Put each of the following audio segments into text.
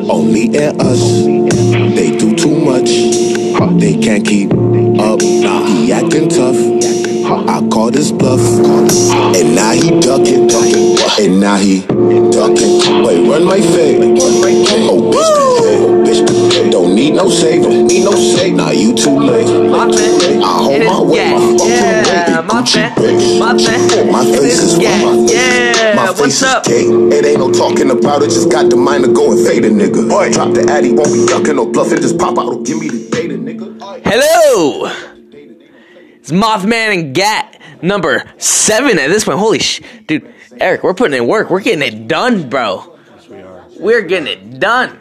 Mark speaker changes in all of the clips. Speaker 1: and us. They do too much. They can't keep up. He acting tough. I call this bluff. And now he ducking. And now he ducking. Wait, run my fade. Oh, bitch. Oh, bitch. Don't need no saving. Need no save. Now you too late.
Speaker 2: My bad.
Speaker 1: I hold
Speaker 2: It
Speaker 1: my
Speaker 2: is
Speaker 1: way.
Speaker 2: yeah,
Speaker 1: My fucking
Speaker 2: yeah,
Speaker 1: way.
Speaker 2: my
Speaker 1: Gucci
Speaker 2: bad,
Speaker 1: bitch.
Speaker 2: my bad.
Speaker 1: My
Speaker 2: It
Speaker 1: face
Speaker 2: is
Speaker 1: is
Speaker 2: yeah,
Speaker 1: my
Speaker 2: yeah.
Speaker 1: My
Speaker 2: What's
Speaker 1: face is
Speaker 2: up?
Speaker 1: gay. It ain't no talking about it. Just got the mind to go and fade a nigga. Drop the addy, won't be ducking no bluffing. Just pop out, give me the data, nigga.
Speaker 2: Hello! It's Mothman and Gat number seven at this point. Holy sh. Dude, Eric, we're putting in work. We're getting it done, bro. We're getting it done.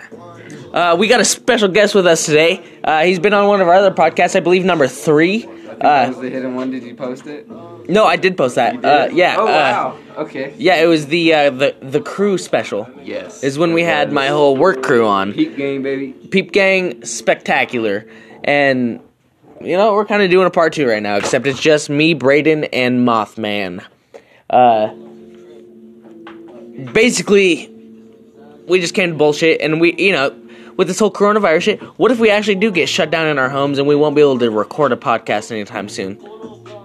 Speaker 2: Uh, we got a special guest with us today. Uh, he's been on one of our other podcasts, I believe number three.
Speaker 3: That
Speaker 2: Uh,
Speaker 3: was the hidden one. Did you post it? You
Speaker 2: no, I did post that.
Speaker 3: did?
Speaker 2: Uh, yeah.
Speaker 3: Oh
Speaker 2: uh,
Speaker 3: wow. Okay.
Speaker 2: yeah, it was the uh, the the crew special.
Speaker 3: Yes.
Speaker 2: Is when we had my whole work crew on.
Speaker 3: peak game, baby.
Speaker 2: Peep Gang Spectacular. And, you know, we're kind of doing a part two right now, except it's just me, Brayden, and Mothman. Uh, basically, we just came to bullshit, and we, you know, with this whole coronavirus shit, what if we actually do get shut down in our homes and we won't be able to record a podcast anytime soon?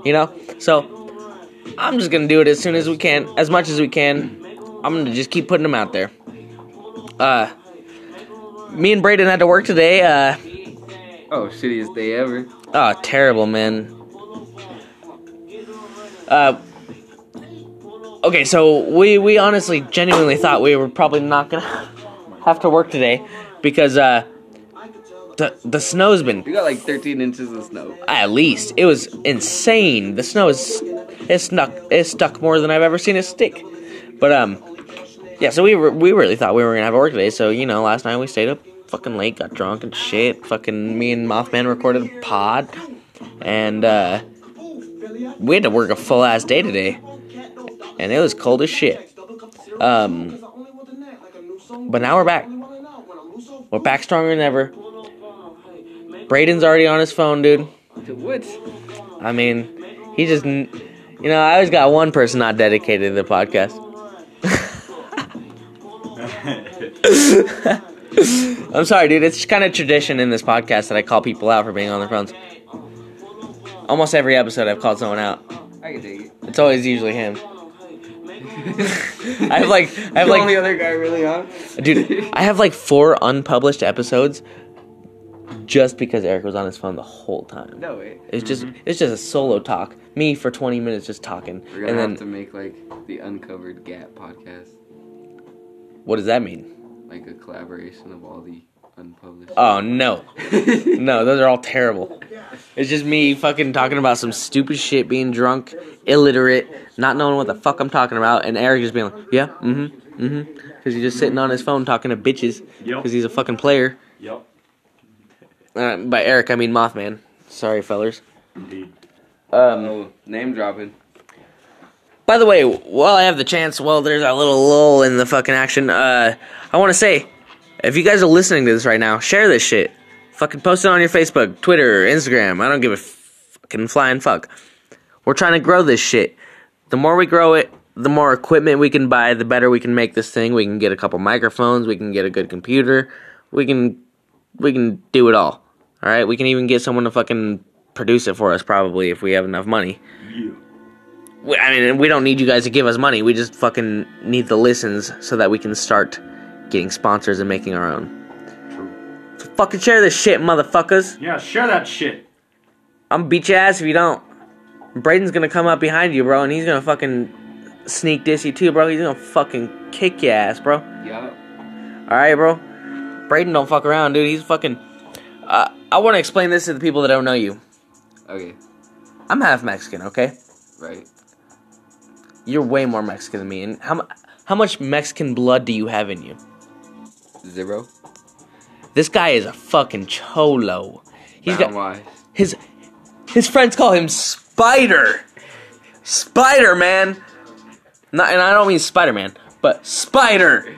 Speaker 2: You know? So, I'm just gonna do it as soon as we can, as much as we can. I'm gonna just keep putting them out there. Uh, me and Brayden had to work today. Uh,
Speaker 3: Oh, shittiest day ever.
Speaker 2: oh, terrible, man. Uh, okay, so we we honestly genuinely thought we were probably not gonna have to work today because uh, the the snow's been
Speaker 3: We got like 13 inches of snow.
Speaker 2: at least it was insane. The snow is it snuck it stuck more than I've ever seen it stick. But um, yeah, so we were, we really thought we were gonna have to work today. So you know, last night we stayed up fucking late, got drunk and shit. Fucking me and Mothman recorded a pod, and uh, we had to work a full ass day today, and it was cold as shit. Um, but now we're back. We're back stronger than ever. Braden's already on his phone, dude.
Speaker 3: What?
Speaker 2: I mean, he just, n- you know, I always got one person not dedicated to the podcast. I'm sorry, dude. It's kind of tradition in this podcast that I call people out for being on their phones. Almost every episode, I've called someone out.
Speaker 3: I can take it.
Speaker 2: It's always usually him. I have like, I have
Speaker 3: the
Speaker 2: like,
Speaker 3: only other guy really on.
Speaker 2: dude, I have like four unpublished episodes just because Eric was on his phone the whole time.
Speaker 3: No way.
Speaker 2: It's just
Speaker 3: Mm-hmm.
Speaker 2: it's just a solo talk. Me for twenty minutes just talking,
Speaker 3: We're gonna
Speaker 2: and then
Speaker 3: have to make like the Uncovered Gap podcast,
Speaker 2: what does that mean?
Speaker 3: like a collaboration of all the unpublished.
Speaker 2: Oh no, no, those are all terrible. It's just me fucking talking about some stupid shit, being drunk, illiterate, not knowing what the fuck I'm talking about, and Eric just being like, yeah, mm-hmm, mm-hmm, because he's just sitting on his phone talking to bitches,
Speaker 4: Yep.
Speaker 2: because he's a fucking player.
Speaker 4: Yep,
Speaker 2: Uh, by Eric, I mean Mothman. Sorry, fellers. Um,
Speaker 4: indeed.
Speaker 3: oh, name dropping.
Speaker 2: By the way, while I have the chance, while there's a little lull in the fucking action, uh, I want to say, if you guys are listening to this right now, share this shit. Fucking post it on your Facebook, Twitter, Instagram. I don't give a fucking flying fuck. We're trying to grow this shit. The more we grow it, the more equipment we can buy, the better we can make this thing. We can get a couple microphones, we can get a good computer, we can we can do it all. All right, we can even get someone to fucking produce it for us probably if we have enough money.
Speaker 4: You.
Speaker 2: We- I mean, we don't need you guys to give us money. We just fucking need the listens so that we can start getting sponsors and making our own.
Speaker 4: True.
Speaker 2: So fucking share this shit, motherfuckers.
Speaker 4: Yeah, share that shit.
Speaker 2: I'm gonna beat your ass if you don't. Braden's gonna come up behind you, bro, and he's gonna fucking sneak diss you too, bro. He's gonna fucking kick your ass, bro.
Speaker 3: Yup.
Speaker 2: All right, bro. Braden, don't fuck around, dude. He's fucking. Uh, I want to explain this to the people that don't know you.
Speaker 3: Okay.
Speaker 2: I'm half Mexican, okay?
Speaker 3: Right.
Speaker 2: You're way more Mexican than me. And how mu- how much Mexican blood do you have in you?
Speaker 3: Zero.
Speaker 2: This guy is a fucking cholo. He's
Speaker 3: Brown
Speaker 2: got
Speaker 3: wise.
Speaker 2: his his friends call him Spider. Spider Man. Not, and I don't mean Spider Man, but Spider.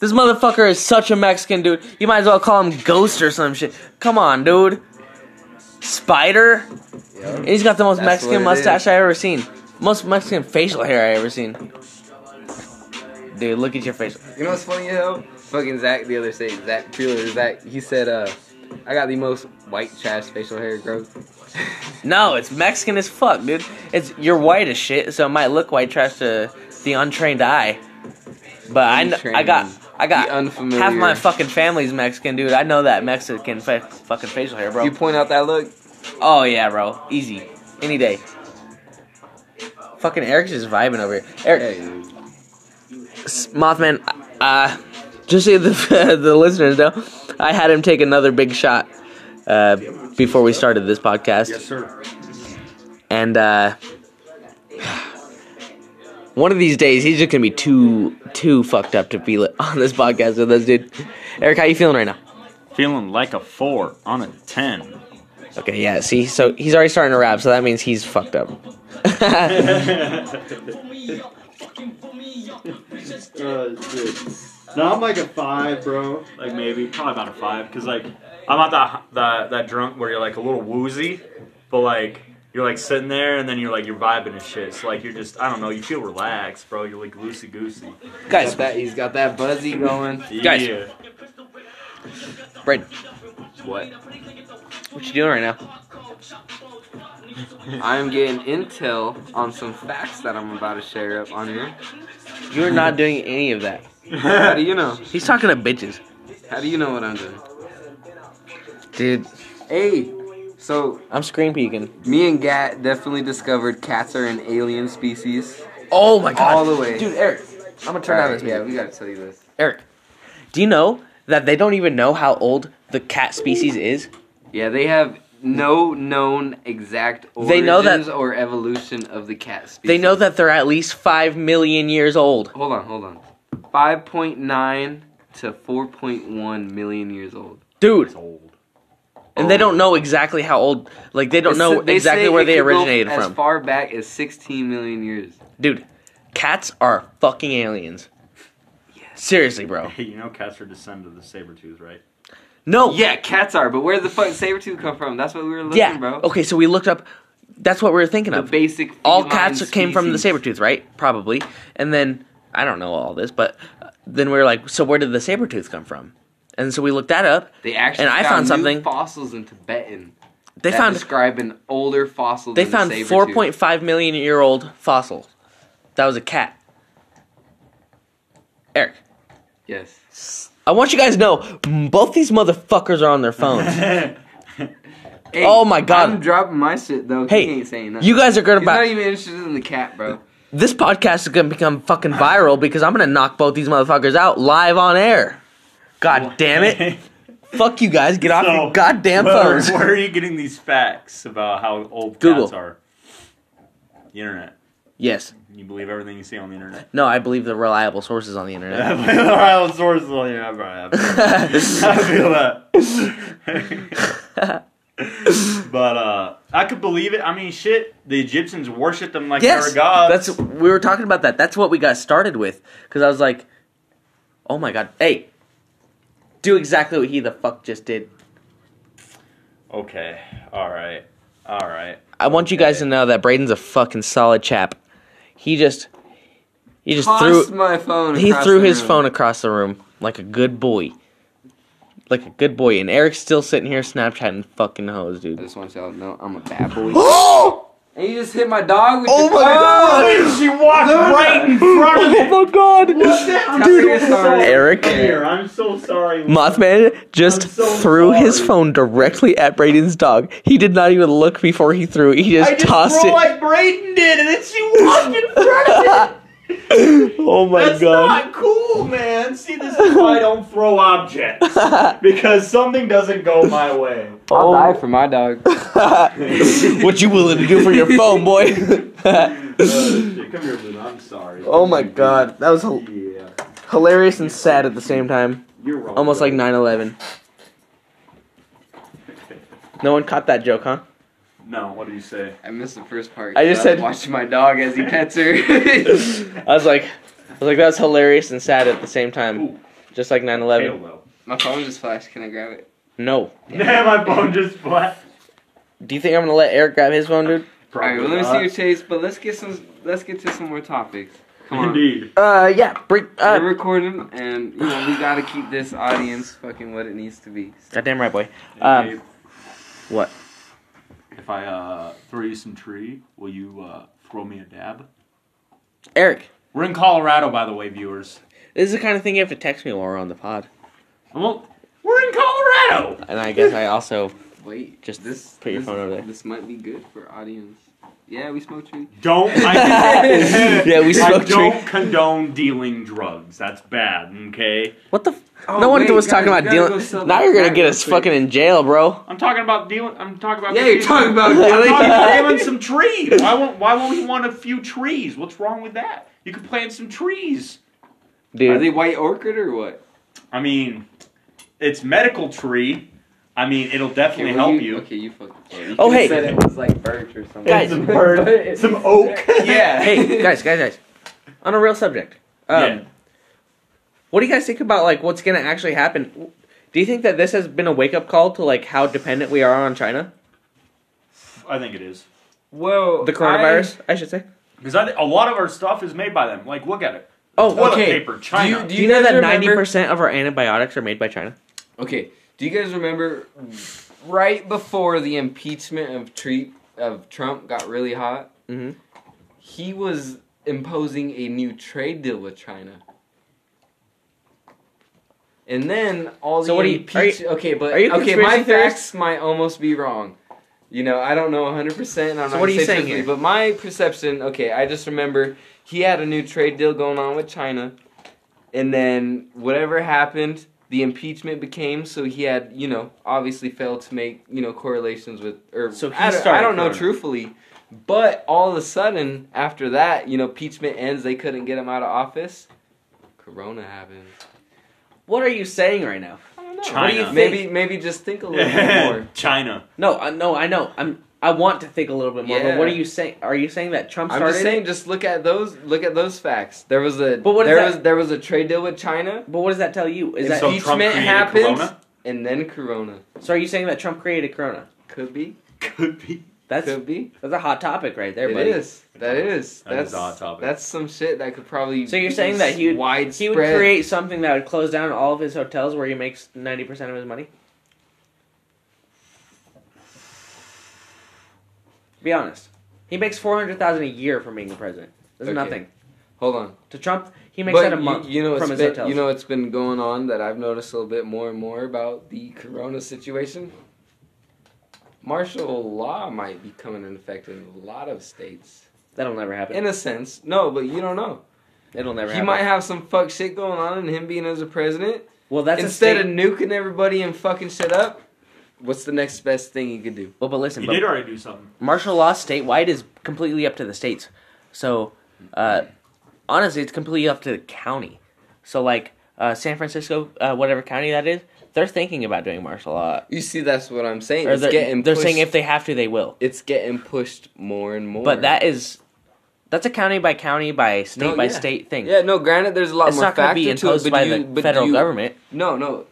Speaker 2: This motherfucker is such a Mexican dude. You might as well call him Ghost or some shit. Come on, dude. Spider. And he's got the most
Speaker 3: That's what
Speaker 2: Mexican
Speaker 3: it
Speaker 2: mustache
Speaker 3: is.
Speaker 2: I ever seen. Most Mexican facial hair I ever seen. Dude, look at your face.
Speaker 3: You know what's funny though? fucking Zach the other day, Zach Peeler, Zach, he said, uh, I got the most white trash facial hair growth.
Speaker 2: No, it's Mexican as fuck, dude. It's you're white as shit, so it might look white trash to the untrained eye. But I, kn- I got I got
Speaker 3: The unfamiliar.
Speaker 2: half my fucking family's Mexican, dude. I know that Mexican fa- fucking facial hair, bro.
Speaker 3: you point out that look,
Speaker 2: Oh yeah, bro. Easy. Any day. Fucking Eric's just vibing over here. Eric,
Speaker 3: hey,
Speaker 2: S- Mothman, uh, just so the, the listeners know, I had him take another big shot uh, before we started this podcast.
Speaker 4: Yes, sir.
Speaker 2: And uh, one of these days, he's just going to be too, too fucked up to be li- on this podcast with us, dude. Eric, how you feeling right now?
Speaker 4: Feeling like a four on a ten.
Speaker 2: Okay, yeah, see, so he's already starting to rap, so that means he's fucked up.
Speaker 4: Uh, dude. No, I'm like a five, bro. Like maybe, probably about a five, cause like I'm not that that that drunk where you're like a little woozy, but like you're like sitting there and then you're like you're vibing and shit. So like you're just I don't know, you feel relaxed, bro. You're like loosey goosey.
Speaker 2: Guys,
Speaker 3: that, he's got that buzzy going.
Speaker 2: Guys.
Speaker 4: Yeah.
Speaker 2: Brad,
Speaker 3: What?
Speaker 2: what you doing right now?
Speaker 3: I'm getting intel on some facts that I'm about to share up on here.
Speaker 2: You're not doing any of that.
Speaker 3: How do you know?
Speaker 2: He's talking to bitches.
Speaker 3: How do you know what I'm doing?
Speaker 2: Dude,
Speaker 3: Hey, so
Speaker 2: I'm screen peeking.
Speaker 3: me and Gat definitely discovered cats are an alien species.
Speaker 2: Oh my god.
Speaker 3: All the way.
Speaker 2: Dude, Eric, I'm gonna turn down
Speaker 3: Alright,
Speaker 2: this
Speaker 3: yeah,
Speaker 2: music.
Speaker 3: we gotta tell you this.
Speaker 2: Eric, do you know that they don't even know how old the cat species is?
Speaker 3: Yeah, they have no known exact origins
Speaker 2: They know that-
Speaker 3: or evolution of the cat species.
Speaker 2: They know that they're at least 5 million years old.
Speaker 3: Hold on, hold on. 5.9 to 4.1 million years old.
Speaker 2: Dude,
Speaker 4: old.
Speaker 2: and they don't know exactly how old, like, they don't know
Speaker 3: It's- they
Speaker 2: exactly
Speaker 3: say
Speaker 2: where
Speaker 3: it
Speaker 2: they
Speaker 3: could go
Speaker 2: originated from.
Speaker 3: As far back as 16 million years.
Speaker 2: Dude, cats are fucking aliens. Seriously, bro.
Speaker 4: Hey, you know cats are descended of the saber tooth, right?
Speaker 2: No.
Speaker 3: Yeah, cats are, but where the fuck saber tooth come from? That's what we were looking,
Speaker 2: Yeah.
Speaker 3: bro.
Speaker 2: Okay, so we looked up. That's what we were thinking
Speaker 3: The
Speaker 2: of.
Speaker 3: basic.
Speaker 2: all
Speaker 3: feline
Speaker 2: cats came from the
Speaker 3: species.
Speaker 2: saber tooth, right? Probably. And then I don't know all this, but uh, then we were like, so where did the saber tooth come from? And so we looked that up.
Speaker 3: They actually
Speaker 2: And I found
Speaker 3: found,
Speaker 2: something-
Speaker 3: new fossils in Tibetan.
Speaker 2: They
Speaker 3: that
Speaker 2: found
Speaker 3: describe an older fossil.
Speaker 2: they
Speaker 3: than
Speaker 2: found
Speaker 3: the saber-tooth.
Speaker 2: 4.5 million year old fossil. That was a cat. Eric,
Speaker 3: Yes.
Speaker 2: I want you guys to know m- both these motherfuckers are on their phones.
Speaker 3: Hey,
Speaker 2: Oh my God.
Speaker 3: I'm dropping my shit though.
Speaker 2: Hey,
Speaker 3: he ain't saying nothing.
Speaker 2: you guys are gonna
Speaker 3: He's not
Speaker 2: buy
Speaker 3: even interested in the cat, bro.
Speaker 2: this podcast is gonna become fucking viral because I'm gonna knock both these motherfuckers out live on air. God damn it! Fuck you guys, get off your goddamn
Speaker 4: where,
Speaker 2: phones.
Speaker 4: Where are you getting these facts about how old
Speaker 2: Google.
Speaker 4: cats are? The internet.
Speaker 2: Yes.
Speaker 4: You believe everything you see on the internet.
Speaker 2: No, I believe the reliable sources on the internet.
Speaker 4: Reliable sources on the internet. bro. I feel that. but uh, I could believe it. I mean, shit. The Egyptians worshipped them like they
Speaker 2: yes,
Speaker 4: were gods.
Speaker 2: that's we were talking about that. That's what we got started with because I was like, "Oh my god, hey, do exactly what he the fuck just did."
Speaker 4: okay. All right. All right.
Speaker 2: I want you guys to know that Braden's a fucking solid chap. He just he just
Speaker 3: Tossed
Speaker 2: threw
Speaker 3: my phone.
Speaker 2: he
Speaker 3: across
Speaker 2: threw
Speaker 3: the
Speaker 2: his
Speaker 3: room.
Speaker 2: phone across the room like a good boy, like a good boy. And Eric's still sitting here Snapchatting fucking hoes,
Speaker 3: I
Speaker 2: dude.
Speaker 3: just want y'all to know I'm a bad boy.
Speaker 2: Oh,
Speaker 3: and you just hit my dog with
Speaker 2: Oh
Speaker 3: your
Speaker 2: my
Speaker 3: phone.
Speaker 4: She walked right in front of it.
Speaker 2: Oh my god,
Speaker 3: I'm
Speaker 2: dude,
Speaker 3: so sorry.
Speaker 2: Eric.
Speaker 4: Here, I'm so sorry.
Speaker 2: Mothman just
Speaker 4: I'm so
Speaker 2: threw his
Speaker 4: sorry.
Speaker 2: phone directly at Braden's dog. He did not even look before he threw it. He just,
Speaker 4: I just
Speaker 2: tossed
Speaker 4: threw
Speaker 2: it.
Speaker 4: like Brayden did, and then she walked in front of it.
Speaker 2: oh my
Speaker 4: That's
Speaker 2: god.
Speaker 4: not cool, man. See, this is why I don't throw objects because something doesn't go my way.
Speaker 3: I'll
Speaker 2: Oh.
Speaker 3: die for my dog.
Speaker 2: what you willing to do for your phone, boy?
Speaker 4: Uh, shit, come here, Luna. I'm sorry.
Speaker 2: oh my god. That was hil-
Speaker 4: Yeah,
Speaker 2: hilarious and sad at the same time.
Speaker 4: you're wrong.
Speaker 2: Almost like 9 11. No one caught that joke, huh?
Speaker 4: No, what do you say?
Speaker 3: I missed the first part.
Speaker 2: I just
Speaker 3: so was
Speaker 2: said-
Speaker 3: watching my dog as he pets her.
Speaker 2: I was like, I was like, that was hilarious and sad at the same time.
Speaker 4: Ooh.
Speaker 2: Just like 9
Speaker 4: Tail
Speaker 2: 11.
Speaker 4: though.
Speaker 3: my phone just flashed. Can I grab it?
Speaker 2: No.
Speaker 4: Yeah, my phone just flat.
Speaker 2: Do you think I'm gonna let Eric grab his phone, dude?
Speaker 3: All right,
Speaker 4: Probably
Speaker 3: well, let me see
Speaker 4: not.
Speaker 3: your chase, but let's get some. Let's get to some more topics. Come on.
Speaker 4: Indeed.
Speaker 2: Uh, yeah, bring,
Speaker 3: We're
Speaker 2: uh,
Speaker 3: recording, and you know we gotta keep this audience fucking what it needs to be. So,
Speaker 2: goddamn right, boy. Um, what?
Speaker 4: if I uh, throw you some tree, will you uh, throw me a dab?
Speaker 2: Eric,
Speaker 4: We're in Colorado, by the way, viewers.
Speaker 2: this is the kind of thing you have to text me while we're on the pod.
Speaker 4: Well, we're in Colorado.
Speaker 2: And I guess I also,
Speaker 3: wait,
Speaker 2: Just
Speaker 3: this.
Speaker 2: put your
Speaker 3: this-
Speaker 2: phone over there.
Speaker 3: This might be good for audience. Yeah, we smoke tree.
Speaker 4: Don't. I,
Speaker 2: Yeah, we
Speaker 4: I
Speaker 2: smoke tree.
Speaker 4: don't condone dealing drugs. That's bad. Okay.
Speaker 2: what the? F-
Speaker 3: Oh,
Speaker 2: no one
Speaker 3: wait,
Speaker 2: was
Speaker 3: you gotta-
Speaker 2: talking
Speaker 3: you
Speaker 2: about
Speaker 3: gotta go
Speaker 2: dealing.
Speaker 3: sell
Speaker 2: now
Speaker 3: that
Speaker 2: you're gonna
Speaker 3: crack
Speaker 2: get
Speaker 3: real
Speaker 2: us
Speaker 3: quick.
Speaker 2: fucking in jail, bro.
Speaker 4: I'm talking about dealing. I'm talking about.
Speaker 3: Yeah, you're talking about
Speaker 4: I'm
Speaker 3: dealing.
Speaker 4: talking about dealing some tree. Why won't Why won't we want a few trees? What's wrong with that? You could plant some trees.
Speaker 3: Are they
Speaker 2: Dude,
Speaker 3: white orchid or what?
Speaker 4: I mean, it's medical tree. I mean, it'll definitely
Speaker 3: well,
Speaker 4: help you.
Speaker 3: Okay, you fucking. You
Speaker 2: Oh,
Speaker 3: could've
Speaker 2: hey.
Speaker 3: Said it was like birch or something.
Speaker 2: Guys. Some
Speaker 4: bird, some oak.
Speaker 3: yeah.
Speaker 2: hey guys, guys, guys. On a real subject. Um,
Speaker 4: Yeah.
Speaker 2: What do you guys think about like what's gonna actually happen? Do you think that this has been a wake up call to like how dependent we are on China,
Speaker 4: I think it is
Speaker 3: Well,
Speaker 2: the coronavirus, I, should say?
Speaker 4: because I thi- a lot of our stuff is made by them. Like, look at it.
Speaker 2: Oh,
Speaker 4: Toilet
Speaker 3: okay.
Speaker 4: paper, China.
Speaker 3: Do
Speaker 2: Do
Speaker 3: you
Speaker 2: you, know
Speaker 3: guys
Speaker 2: that ninety
Speaker 3: remember-
Speaker 2: percent of our antibiotics are made by China?
Speaker 3: Okay, do you guys remember right before the impeachment of Tre- of Trump got really hot?
Speaker 2: Mhm.
Speaker 3: He was imposing a new trade deal with China. And then all
Speaker 2: So
Speaker 3: the
Speaker 2: what are you- are
Speaker 3: impeach- okay, but
Speaker 2: are you a
Speaker 3: okay, my
Speaker 2: conspiracy theorist?
Speaker 3: facts might almost be wrong. You know, I don't know 100%. I'm
Speaker 2: So
Speaker 3: not
Speaker 2: what are you
Speaker 3: gonna say
Speaker 2: saying
Speaker 3: truthfully,
Speaker 2: here?
Speaker 3: But my perception, okay, I just remember he had a new trade deal going on with China, and then whatever happened, the impeachment became so he had, you know, obviously failed to make, you know, correlations with or
Speaker 2: So he
Speaker 3: I, don't- I
Speaker 2: started
Speaker 3: don't know
Speaker 2: Corona.
Speaker 3: truthfully, but all of a sudden after that, you know, impeachment ends, they couldn't get him out of office. Corona happened.
Speaker 2: What are you saying right now?
Speaker 3: I don't know.
Speaker 4: China.
Speaker 3: What do you think? Maybe maybe just think a little bit more.
Speaker 4: China.
Speaker 2: No, I no, I know. I'm. I want to think a little bit more.
Speaker 3: Yeah.
Speaker 2: But what are you saying? Are you saying that Trump
Speaker 3: I'm
Speaker 2: started?
Speaker 3: just saying, just look at those. Look at those facts. There was a
Speaker 2: But what is
Speaker 3: there
Speaker 2: that?
Speaker 3: was there was a trade deal with China,
Speaker 2: it? But what does that tell you? Is
Speaker 3: If
Speaker 2: that
Speaker 4: so
Speaker 2: so,
Speaker 3: impeachment
Speaker 4: Trump created
Speaker 3: happens?
Speaker 4: Corona?
Speaker 3: and then Corona
Speaker 2: Are you saying that Trump created Corona?
Speaker 3: could be
Speaker 4: Could be.
Speaker 2: That's
Speaker 3: could be.
Speaker 2: that's a hot topic right there,
Speaker 3: It
Speaker 2: buddy.
Speaker 3: is. That is.
Speaker 4: That
Speaker 3: That's
Speaker 4: is a hot topic.
Speaker 3: That's some shit that could probably.
Speaker 2: So you're
Speaker 3: be
Speaker 2: saying that he would- He
Speaker 3: widespread.
Speaker 2: would create something that would close down all of his hotels where he makes ninety percent of his money. Be honest. He makes four hundred thousand a year from being the president. That's
Speaker 3: Okay.
Speaker 2: nothing.
Speaker 3: Hold on.
Speaker 2: To Trump, he makes
Speaker 3: But
Speaker 2: that a
Speaker 3: you-
Speaker 2: month
Speaker 3: you, know, it's
Speaker 2: from his
Speaker 3: been,
Speaker 2: hotels.
Speaker 3: you know, it's been going on that I've noticed a little bit more and more about the Corona situation. Martial law might be coming in effect in a lot of states.
Speaker 2: That'll never happen.
Speaker 3: In a sense, no, but you don't know.
Speaker 2: It'll never
Speaker 3: he
Speaker 2: happen.
Speaker 3: might have some fuck shit going on, and him being as a president,
Speaker 2: well, that's
Speaker 3: instead
Speaker 2: a
Speaker 3: of
Speaker 2: state.
Speaker 3: nuking everybody and fucking shit up, what's the next best thing he could do?
Speaker 2: well, but listen,
Speaker 4: He
Speaker 2: but
Speaker 4: did already do something.
Speaker 2: martial law statewide is completely up to the states. So, uh, honestly, it's completely up to the county. So, like uh, San Francisco, uh, whatever county that is, they're thinking about doing martial law.
Speaker 3: You see, that's what I'm saying.
Speaker 2: Or
Speaker 3: It's
Speaker 2: they're,
Speaker 3: getting
Speaker 2: they're
Speaker 3: pushed,
Speaker 2: saying if they have to, they will.
Speaker 3: it's getting pushed more and more.
Speaker 2: But that is that's a county by county by state
Speaker 3: No,
Speaker 2: by
Speaker 3: yeah.
Speaker 2: state thing.
Speaker 3: yeah, no. Granted, there's a lot
Speaker 2: it's
Speaker 3: more
Speaker 2: not going to
Speaker 3: factor
Speaker 2: be
Speaker 3: to it,
Speaker 2: imposed
Speaker 3: but
Speaker 2: by
Speaker 3: you,
Speaker 2: the
Speaker 3: but
Speaker 2: federal
Speaker 3: you,
Speaker 2: government.
Speaker 3: No, no,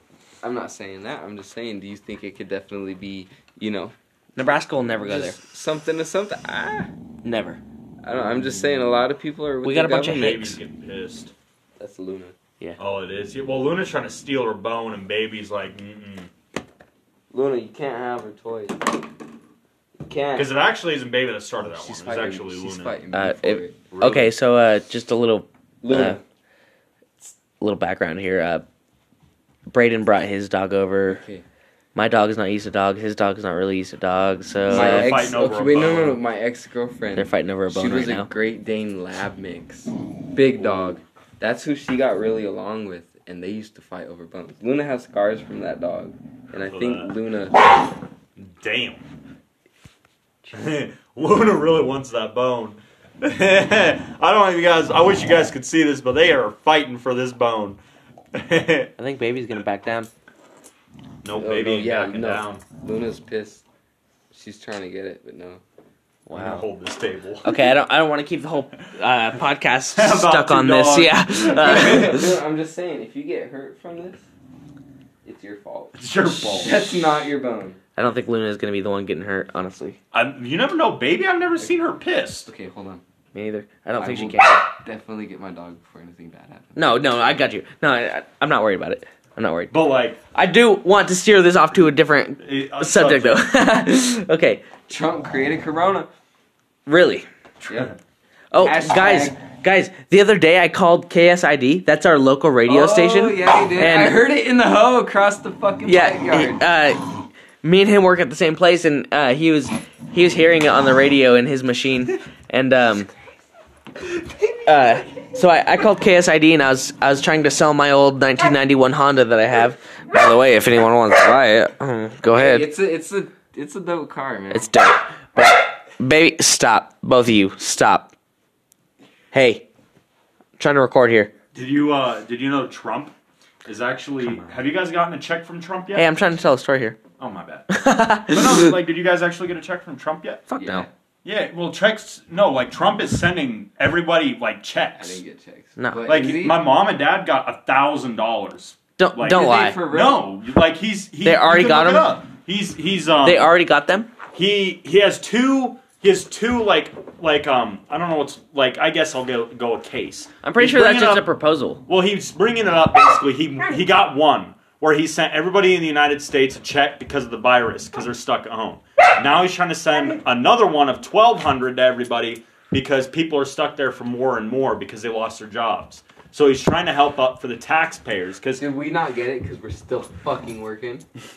Speaker 3: I'm not saying that. I'm just saying, do you think it could definitely be, you know,
Speaker 2: Nebraska will never go there.
Speaker 3: just something to something? Ah,
Speaker 2: Never.
Speaker 3: I don't. know. I'm just saying, a lot of people are. With
Speaker 2: We
Speaker 3: the
Speaker 2: got a bunch of
Speaker 3: government.
Speaker 4: Baby's getting pissed.
Speaker 3: That's Luna.
Speaker 4: Oh, it is. Yeah, well, Luna's trying to steal her bone, and Baby's like, mm
Speaker 3: Luna, you can't have her toys. You can't.
Speaker 4: Because it actually isn't Baby that started that
Speaker 3: She's
Speaker 4: one.
Speaker 3: fighting-
Speaker 4: It's actually
Speaker 3: she's
Speaker 4: Luna.
Speaker 3: fighting me
Speaker 2: Uh,
Speaker 3: for
Speaker 2: it-
Speaker 3: it.
Speaker 4: Really.
Speaker 2: Okay, so uh, just a little
Speaker 3: Luna.
Speaker 2: little background here. Uh, Braden brought his dog over.
Speaker 3: Okay.
Speaker 2: My dog is not used to dogs. His dog is not really used to dogs. So
Speaker 3: my
Speaker 2: uh,
Speaker 4: They're
Speaker 3: ex.
Speaker 4: fighting over
Speaker 3: Okay,
Speaker 4: a
Speaker 3: wait, no,
Speaker 4: bone.
Speaker 3: no, no. My ex
Speaker 2: they're
Speaker 3: girlfriend.
Speaker 2: fighting over a
Speaker 3: She
Speaker 2: bone
Speaker 3: was
Speaker 2: right
Speaker 3: a
Speaker 2: now.
Speaker 3: Great Dane lab mix, big dog. That's who she got really along with, and they used to fight over bones. Luna has scars from that dog, and I
Speaker 4: Well,
Speaker 3: think
Speaker 4: that-
Speaker 3: Luna.
Speaker 4: Damn. Luna really wants that bone. I don't know if you guys. I wish you guys could see this, but they are fighting for this bone. nope, baby
Speaker 2: I think baby's gonna back down.
Speaker 3: Oh, no,
Speaker 4: ain't
Speaker 3: yeah,
Speaker 4: backing
Speaker 3: no.
Speaker 4: down.
Speaker 3: Luna's pissed. She's trying to get it, but no.
Speaker 4: I'm gonna
Speaker 2: Wow.
Speaker 4: hold this table.
Speaker 2: Okay, I don't. I don't want to keep the whole uh, podcast
Speaker 4: About
Speaker 2: stuck
Speaker 4: two
Speaker 2: on
Speaker 4: dogs.
Speaker 2: this. Yeah. Uh,
Speaker 3: Luna, I'm just saying, if you get hurt from this, it's your fault.
Speaker 4: It's your fault.
Speaker 3: That's not your bone.
Speaker 2: I don't think Luna is gonna be the one getting hurt. Honestly.
Speaker 4: I'm, you never know, baby. I've never seen her pissed.
Speaker 3: Okay, hold on.
Speaker 2: Me neither. I don't
Speaker 3: I
Speaker 2: think she
Speaker 3: will
Speaker 2: can.
Speaker 3: Definitely get my dog before anything bad happens.
Speaker 2: No, no, I got you. No, I, I- I'm not worried about it. I'm not worried.
Speaker 4: But like
Speaker 2: I do want to steer this off to a different
Speaker 4: it- uh,
Speaker 2: subject, though. okay,
Speaker 3: Trump created Corona.
Speaker 2: really.
Speaker 3: Yeah.
Speaker 2: Oh,
Speaker 3: Hashtag.
Speaker 2: guys, guys, the other day I called KSID. That's our local radio
Speaker 3: Oh,
Speaker 2: station.
Speaker 3: yeah, he did.
Speaker 2: And-
Speaker 3: I heard it in the hoe across the fucking backyard.
Speaker 2: yeah. Uh, me and him work at the same place, and uh, he was he was hearing it on the radio in his machine, and um, uh, so I, I called KSID and I was I was trying to sell my old 1991 Honda that I have. By the way, if anyone wants to buy it, um, go ahead.
Speaker 3: It's a it's a it's a dope car, man.
Speaker 2: It's dope. But baby, stop, both of you, stop. Hey, I'm trying to record here.
Speaker 4: Did you uh did you know Trump is actually have you guys gotten a check from Trump yet?
Speaker 2: Hey, I'm trying to tell a story here.
Speaker 4: oh my bad. but no, like did you guys actually get a check from Trump yet?
Speaker 2: Fuck
Speaker 3: Yeah.
Speaker 2: no.
Speaker 4: Yeah, well checks no, like Trump is sending everybody like
Speaker 3: I
Speaker 4: checks.
Speaker 3: didn't get checks.
Speaker 2: No.
Speaker 3: But
Speaker 4: Like
Speaker 3: is he-
Speaker 4: my mom and dad got a thousand dollars.
Speaker 2: Don't
Speaker 4: Like-
Speaker 2: don't
Speaker 4: Did
Speaker 3: they
Speaker 2: lie.
Speaker 3: for real?
Speaker 4: No, like he's he,
Speaker 2: They
Speaker 4: you
Speaker 2: already
Speaker 4: can
Speaker 2: got
Speaker 4: look
Speaker 2: him?
Speaker 4: it up. He's he's um
Speaker 2: They already got them.
Speaker 4: he he has two he has two like like um I don't know what's like I guess I'll go go a case.
Speaker 2: I'm pretty
Speaker 4: He's
Speaker 2: sure that's
Speaker 4: bringing
Speaker 2: just a
Speaker 4: up-
Speaker 2: proposal.
Speaker 4: Well, he's bringing it up basically. He he got one where he sent everybody in the United States a check because of the virus because they're stuck at home. Now he's trying to send another one of 1200 to everybody because people are stuck there for more and more because they lost their jobs. So he's trying to help up for the taxpayers cuz
Speaker 3: Did we not get it because we're still fucking working? Is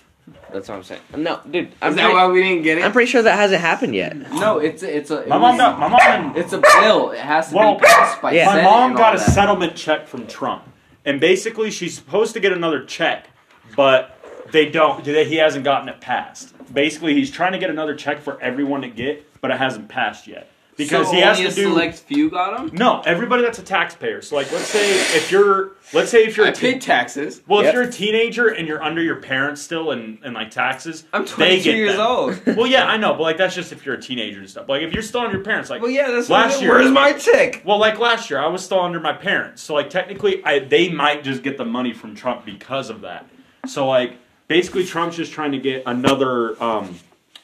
Speaker 2: That's what I'm saying. No, dude, I'm
Speaker 3: that
Speaker 2: pretty,
Speaker 3: why we didn't get it?
Speaker 2: I'm pretty sure that hasn't happened yet.
Speaker 3: no, it's a, it's a. it
Speaker 4: my mom
Speaker 3: was-
Speaker 4: got my mom and
Speaker 3: It's a bill. It has to
Speaker 4: Well,
Speaker 3: be passed by
Speaker 2: yeah.
Speaker 4: My
Speaker 3: Senate
Speaker 4: mom
Speaker 3: and
Speaker 4: got
Speaker 3: all
Speaker 4: a
Speaker 3: that.
Speaker 4: settlement check from Trump, and basically she's supposed to get another check, but they don't. They, he hasn't gotten it passed. Basically, he's trying to get another check for everyone to get, but it hasn't passed yet because
Speaker 3: so
Speaker 4: he has
Speaker 3: only
Speaker 4: to
Speaker 3: a
Speaker 4: do.
Speaker 3: select few got them.
Speaker 4: no, everybody that's a taxpayer. So, like, let's say if you're, let's say if you're,
Speaker 3: I
Speaker 4: a teen-
Speaker 3: paid taxes.
Speaker 4: well,
Speaker 2: Yep.
Speaker 4: if you're a teenager and you're under your parents still and and like taxes,
Speaker 3: I'm
Speaker 4: they
Speaker 3: 22
Speaker 4: get
Speaker 3: years
Speaker 4: them.
Speaker 3: old.
Speaker 4: Well, yeah, I know, but like that's just if you're a teenager and stuff. Like, if you're still under your parents, like,
Speaker 3: Well, yeah, that's
Speaker 4: Last
Speaker 3: what,
Speaker 4: year-
Speaker 3: Where's my check?
Speaker 4: well, like last year, I was still under my parents, so like technically, I they might just get the money from Trump because of that. So like basically, Trump's just trying to get another um,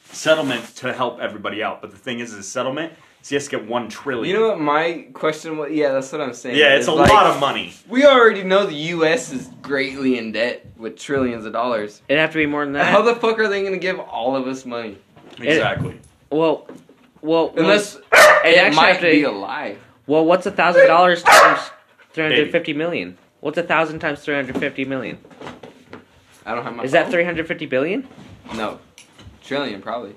Speaker 4: settlement to help everybody out. But the thing is, his settlement is he has to get one
Speaker 3: You
Speaker 4: trillion.
Speaker 3: know what my question was? Yeah, that's what I'm saying.
Speaker 4: yeah, it's
Speaker 3: is
Speaker 4: a
Speaker 3: like,
Speaker 4: lot of money.
Speaker 3: We already know the U.S. is greatly in debt with trillions of dollars.
Speaker 2: It'd have to be more than
Speaker 3: How
Speaker 2: that.
Speaker 3: the fuck are they gonna give all of us money?
Speaker 4: Exactly.
Speaker 2: well, well,
Speaker 3: Unless
Speaker 2: well, it'd actually
Speaker 3: it
Speaker 2: have
Speaker 3: might
Speaker 2: to-
Speaker 3: be a lie.
Speaker 2: well, what's a thousand dollars times three hundred fifty million? What's a thousand times three hundred fifty million?
Speaker 3: I don't have my.
Speaker 2: Is that
Speaker 3: phone.
Speaker 2: three hundred fifty billion?
Speaker 3: No, trillion probably.